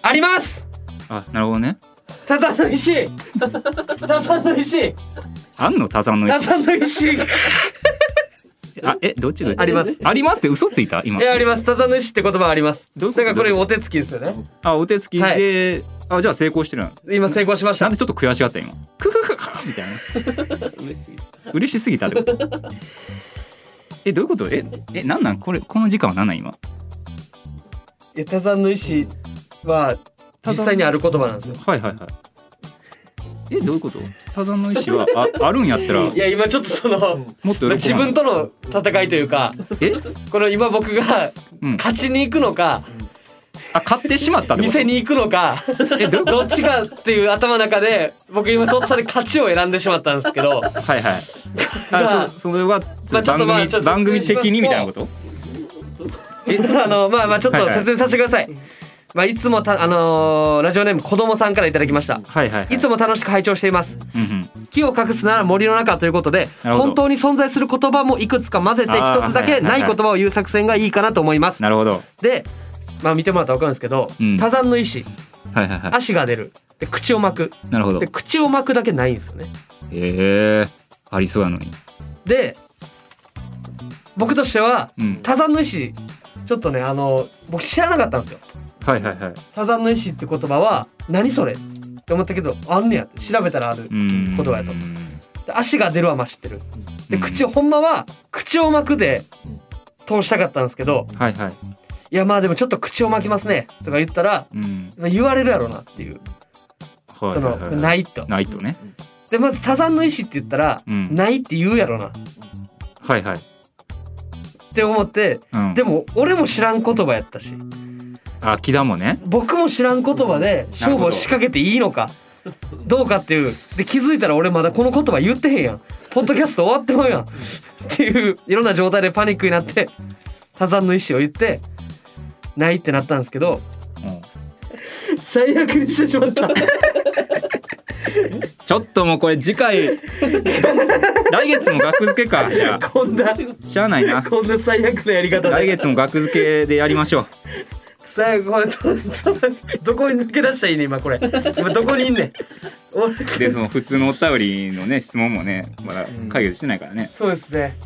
[SPEAKER 2] あります
[SPEAKER 1] あなるほどね
[SPEAKER 2] 多山の意思 多山の意思
[SPEAKER 1] あんの多山の意
[SPEAKER 2] 多
[SPEAKER 1] 思
[SPEAKER 2] 山の意 思
[SPEAKER 1] あえどっちどっち
[SPEAKER 2] あります
[SPEAKER 1] ありますって嘘ついた今
[SPEAKER 2] えあります多山の意思って言葉あります
[SPEAKER 1] どうい
[SPEAKER 2] だ
[SPEAKER 1] うこと
[SPEAKER 2] からこれお手つきですよね
[SPEAKER 1] あお手つきで、
[SPEAKER 2] は
[SPEAKER 1] あじゃあ成功してるな
[SPEAKER 2] 今成功しまし
[SPEAKER 1] な
[SPEAKER 2] た
[SPEAKER 1] んでちょっと悔しがった今クフフフみたいな嬉しすぎたってこと えどういうことええなんなんこれこの時間はなんなん今
[SPEAKER 2] いや多山の意思は実際にある言葉なんですよ
[SPEAKER 1] はいはいはい。えどういうこと？多山の意思はああるんやったら
[SPEAKER 2] いや今ちょっとその
[SPEAKER 1] もっと喜ば
[SPEAKER 2] ま
[SPEAKER 1] な
[SPEAKER 2] あ自分との戦いというか
[SPEAKER 1] え
[SPEAKER 2] この今僕が
[SPEAKER 1] うん
[SPEAKER 2] 勝ちに行くのか
[SPEAKER 1] あ買ってしまったってこと。
[SPEAKER 2] 店に行くのかどっちかっていう頭の中で僕今とっさに勝ちを選んでしまったんですけ
[SPEAKER 1] は
[SPEAKER 2] ど
[SPEAKER 1] いはい。
[SPEAKER 2] ま
[SPEAKER 1] あ
[SPEAKER 2] あ
[SPEAKER 1] そそれは
[SPEAKER 2] まあちょっとまあ
[SPEAKER 1] 番
[SPEAKER 2] ち
[SPEAKER 1] 組
[SPEAKER 2] ょっと
[SPEAKER 1] 番組的にみたいなこと？
[SPEAKER 2] えあのまあまあちょっと説明させてください。まあいつもたあのーラジオネーム子供さんからいただきました。
[SPEAKER 1] はいはいはい。
[SPEAKER 2] いつも楽しく拝聴しています。
[SPEAKER 1] うんうん。
[SPEAKER 2] 木を隠すなら森の中ということで
[SPEAKER 1] なるほど
[SPEAKER 2] 本当に存在する言葉もいくつか混ぜて
[SPEAKER 1] あー
[SPEAKER 2] 一つだけない言葉を言う作戦がいいかなと思います。
[SPEAKER 1] なるほど。
[SPEAKER 2] で、まあ、見てもらったら分かるんですけど、
[SPEAKER 1] うん
[SPEAKER 2] 多山の意思
[SPEAKER 1] はいはいは
[SPEAKER 2] 足が出るで口を巻く
[SPEAKER 1] い。なるほど
[SPEAKER 2] で。口を巻くだけないんですよね
[SPEAKER 1] へえありそうやのに。
[SPEAKER 2] で僕としては
[SPEAKER 1] うん。
[SPEAKER 2] 多山の意思ちょっとねあの僕知らなかったんですよ
[SPEAKER 1] はいはいはい。
[SPEAKER 2] 多山の意思って言葉は何それって思ったけどあんねやって調べたらある
[SPEAKER 1] うん。
[SPEAKER 2] 言葉やと
[SPEAKER 1] うん
[SPEAKER 2] で足が出るはまあ知ってるで
[SPEAKER 1] うん
[SPEAKER 2] 口をほんまは口を巻くで通したかったんですけど
[SPEAKER 1] はいはい。
[SPEAKER 2] いやまあでもちょっと口を巻きますねとか言ったら
[SPEAKER 1] うん。
[SPEAKER 2] まあ言われるやろうなっていう
[SPEAKER 1] はい
[SPEAKER 2] その
[SPEAKER 1] はいはい。
[SPEAKER 2] ないと
[SPEAKER 1] ないとね。
[SPEAKER 2] でまず多山の意思って言ったら、
[SPEAKER 1] うん
[SPEAKER 2] ないって言うやろなっ
[SPEAKER 1] はいはい。
[SPEAKER 2] て思って
[SPEAKER 1] うん。
[SPEAKER 2] でも俺も知らん言葉やったし
[SPEAKER 1] あ木田もね
[SPEAKER 2] 僕も知らん言葉で勝負を仕掛けていいのかどうかっていうで気づいたら俺まだこの言葉言ってへんやんポッドキャスト終わってまうやんっていういろんな状態でパニックになってサザンの意思を言ってないってなったんですけど
[SPEAKER 1] うん
[SPEAKER 6] 最悪にしてしまった。
[SPEAKER 1] ちょっともうこれ次回 来月も額付けかじゃ
[SPEAKER 6] こんな、
[SPEAKER 1] あしゃあないな
[SPEAKER 6] こんな最悪なやり方
[SPEAKER 1] 来
[SPEAKER 6] で。
[SPEAKER 1] 月も額付けでやりましょう
[SPEAKER 6] 最悪、これ、どどこに抜け出したらいいね、今これ。今どこにいんねん。俺
[SPEAKER 1] でその普通のお便りのね質問もねまだ解決してないからね、
[SPEAKER 2] そうですね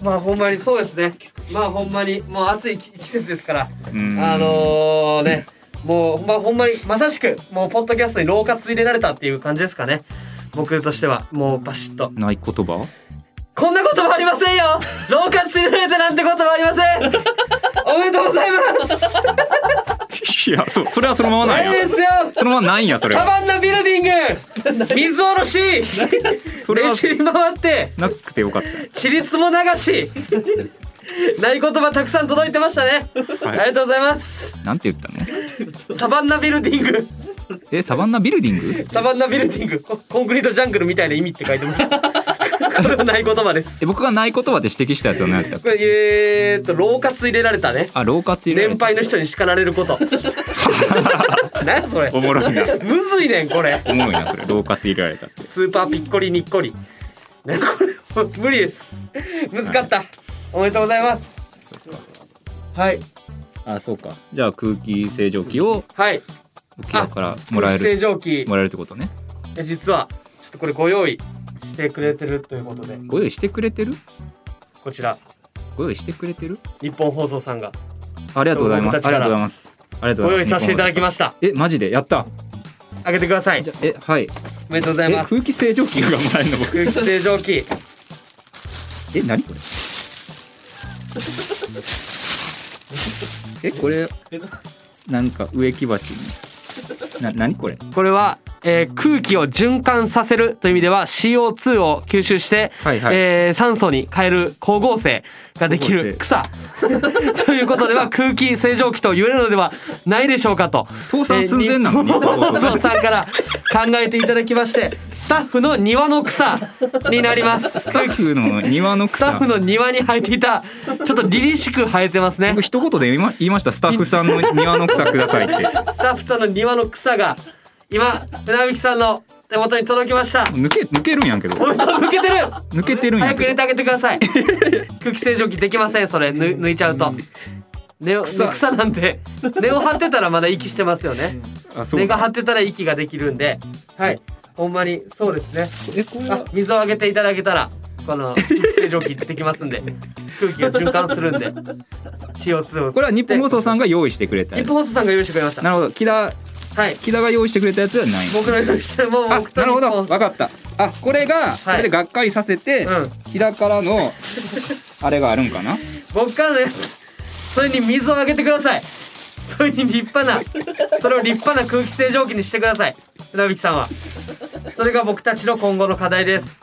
[SPEAKER 2] まあほんまにそうですねまあほんまにもう暑い季節ですから
[SPEAKER 1] うん
[SPEAKER 2] あのー、ね、もう、まあ、ほんまに、まさしく、もう、ポッドキャストに老化つ入れられたっていう感じですかね。僕としては、もう、バシッと。
[SPEAKER 1] ない言葉
[SPEAKER 2] こんなこともありませんよ老化つ入れられたなんてこともありませんおめでとうございます
[SPEAKER 1] いやそうそれはそのままな
[SPEAKER 2] あ
[SPEAKER 1] ん
[SPEAKER 2] れ
[SPEAKER 1] や
[SPEAKER 2] ですよ
[SPEAKER 1] そのままないんやそれ
[SPEAKER 2] サ
[SPEAKER 1] は
[SPEAKER 2] バンナビルディング水おろし
[SPEAKER 1] それは
[SPEAKER 2] 練習回って
[SPEAKER 1] なくてよかった
[SPEAKER 2] 地立も流しない言葉たくさん届いてましたね、
[SPEAKER 1] はい
[SPEAKER 2] ありがとうございます
[SPEAKER 1] なんて言ったの
[SPEAKER 2] サバンナビルディング
[SPEAKER 1] えサバンナビルディング
[SPEAKER 2] サバンナビルディングココンクリートジャングルみたいな意味って書いてましたこれはない言葉です
[SPEAKER 1] え僕がない言葉で指摘したやつは何やったっ
[SPEAKER 2] こ
[SPEAKER 1] け
[SPEAKER 2] れえーっと老活入れられたね
[SPEAKER 1] あ老活入れら
[SPEAKER 2] 年
[SPEAKER 1] れた
[SPEAKER 2] 配の人に叱られること何やそれ
[SPEAKER 1] おもろいな
[SPEAKER 2] むずいねんこれ
[SPEAKER 1] おもろいな それ老活入れられたって
[SPEAKER 2] スーパーピッコリニッコリねこれもう無理です難かった、おめでとうございますはい
[SPEAKER 1] あそうかじゃあ空気清浄機を
[SPEAKER 2] はい
[SPEAKER 1] 沖縄からもらえ
[SPEAKER 2] 空気清
[SPEAKER 1] る
[SPEAKER 2] 浄機
[SPEAKER 1] もらえるってことね
[SPEAKER 2] え実はちょっとこれご用意してくれてるということで
[SPEAKER 1] ご用意してくれてる
[SPEAKER 2] こちら
[SPEAKER 1] ご用意してくれてる
[SPEAKER 2] 日本放送さんが
[SPEAKER 1] ありがとうございますあ
[SPEAKER 2] 僕たちか
[SPEAKER 1] り
[SPEAKER 2] ら
[SPEAKER 1] がとうございますありがとうご
[SPEAKER 2] ご
[SPEAKER 1] ざい
[SPEAKER 2] 用
[SPEAKER 1] ま
[SPEAKER 2] 意
[SPEAKER 1] す
[SPEAKER 2] させていただきま
[SPEAKER 1] し
[SPEAKER 2] した
[SPEAKER 1] えマジでやった
[SPEAKER 2] 開けてください
[SPEAKER 1] じゃえはい
[SPEAKER 2] おめでとうござい
[SPEAKER 1] え
[SPEAKER 2] ます
[SPEAKER 1] 空気清浄機がもらえるの 僕
[SPEAKER 2] 空気清浄機
[SPEAKER 1] え何これ えこれなんか植木鉢にな何これ
[SPEAKER 2] これは、えー空気を循環させるという意味では CO2 を吸収して、
[SPEAKER 1] はいはい
[SPEAKER 2] えー酸素に変える光合成ができる草 ということでは空気清浄機と言えるのではないでしょうかと
[SPEAKER 1] 倒産寸前なのに
[SPEAKER 2] えー日本放送さんから考えていただきましてスタッフの庭の草になりますス
[SPEAKER 1] スタッフの庭の草
[SPEAKER 2] タッフの庭に生えていたちょっと凛々しく生えてますね
[SPEAKER 1] 僕一言で言いま言いましたスタッフさんの庭の草くださいって
[SPEAKER 2] スタッフさんの庭の草が今船引さんの手元に届きました
[SPEAKER 1] 抜け抜けるんやけど
[SPEAKER 2] おめでとう抜けてる
[SPEAKER 1] 抜けてるんや
[SPEAKER 2] 早く入
[SPEAKER 1] け
[SPEAKER 2] れて
[SPEAKER 1] ど
[SPEAKER 2] あげてください空気清浄機できませんそれぬ抜いちゃうと根を草なんで根を張ってたらまだ息してますよね
[SPEAKER 1] あそう
[SPEAKER 2] 根が張ってたら息ができるんではいほんまにそうですね
[SPEAKER 1] えこれ
[SPEAKER 2] あ
[SPEAKER 1] は
[SPEAKER 2] 水をあげていただけたらこの空気清浄機できます んで空気が循環するんで CO2 を
[SPEAKER 1] これは日本放
[SPEAKER 2] 送
[SPEAKER 1] 送さんが用意してくれたや
[SPEAKER 2] 日
[SPEAKER 1] つ
[SPEAKER 2] 本放送さんが用意してくれました
[SPEAKER 1] なるほど木田
[SPEAKER 2] はい
[SPEAKER 1] 木田が用意してくれたやつはない
[SPEAKER 2] 僕の用意してるもう
[SPEAKER 1] あ
[SPEAKER 2] 僕と
[SPEAKER 1] なるほ
[SPEAKER 2] 日
[SPEAKER 1] ど
[SPEAKER 2] 本放送
[SPEAKER 1] 分かったあこれがこれでがっかりさせて、
[SPEAKER 2] うん
[SPEAKER 1] 木田から のあれがあるんかな
[SPEAKER 2] 僕からのやつそれに水をあげてくださいそれに立派なそれを立派な空気清浄機にしてください船引さんはそれが僕たちの今後の課題です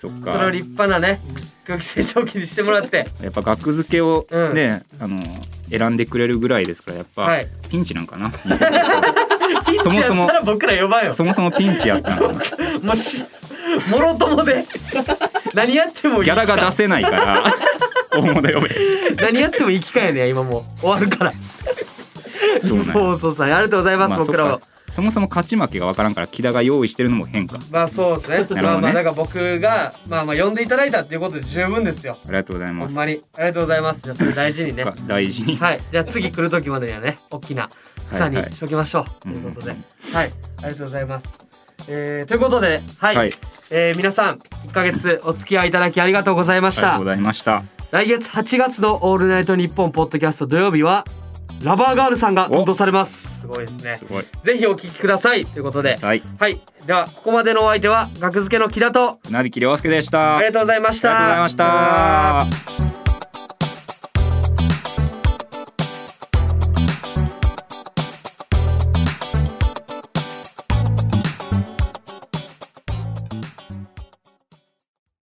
[SPEAKER 1] そっ
[SPEAKER 2] それを
[SPEAKER 1] か
[SPEAKER 2] 立派なね空気清浄機にしてもらって
[SPEAKER 1] やっぱ額付けを
[SPEAKER 2] うん
[SPEAKER 1] ね、あの選んでくれるぐらいですからやっぱ、
[SPEAKER 2] はい
[SPEAKER 1] ピンチなんかな
[SPEAKER 2] ピンチやったら僕ら呼ばんよ
[SPEAKER 1] そもそもピンチや ったの
[SPEAKER 2] もうしもろともで何やってもいい
[SPEAKER 1] ギャラが出せないから 大物呼べ
[SPEAKER 2] 何やってもいい機会やね今もう終わるから
[SPEAKER 1] そうなんや
[SPEAKER 2] 放送さんありがとうございます、
[SPEAKER 1] そっ
[SPEAKER 2] 僕ら
[SPEAKER 1] か
[SPEAKER 2] を
[SPEAKER 1] そもそも勝ち負けが分からんから木田が用意してるのも変か
[SPEAKER 2] まあそうですね
[SPEAKER 1] ね
[SPEAKER 2] まあまあだから僕がまあまあ呼んでいただいたっていうことで十分ですよ
[SPEAKER 1] ありがとうござい
[SPEAKER 2] ほ
[SPEAKER 1] ま
[SPEAKER 2] ん
[SPEAKER 1] す
[SPEAKER 2] まにありがとうございます。じゃあそれ大事にね。
[SPEAKER 1] が大事に、
[SPEAKER 2] はい。じゃあ次来る時までにはね、大きな草にしときましょう。
[SPEAKER 1] はいはい
[SPEAKER 2] ということで、はい。ありがとうございます。えー、ということで、はい。
[SPEAKER 1] はい
[SPEAKER 2] えー皆さん、1ヶ月お付き合いいただきありがとうございま
[SPEAKER 1] あ
[SPEAKER 2] し
[SPEAKER 1] りがと
[SPEAKER 2] た
[SPEAKER 1] うご。ざいました
[SPEAKER 2] 来月8月の「オールナイトニッポン」ポッドキャスト土曜日は、ラバーガールさんが担当されます。すごいですね
[SPEAKER 1] す。ごい
[SPEAKER 2] ぜひお聞きください。ということで、
[SPEAKER 1] はい
[SPEAKER 2] はい。では、ここまでのお相手は、学付けの木田と、
[SPEAKER 1] 船引亮介でした
[SPEAKER 2] ありがとうございまし
[SPEAKER 1] ありがとうござい
[SPEAKER 2] た。
[SPEAKER 1] ました。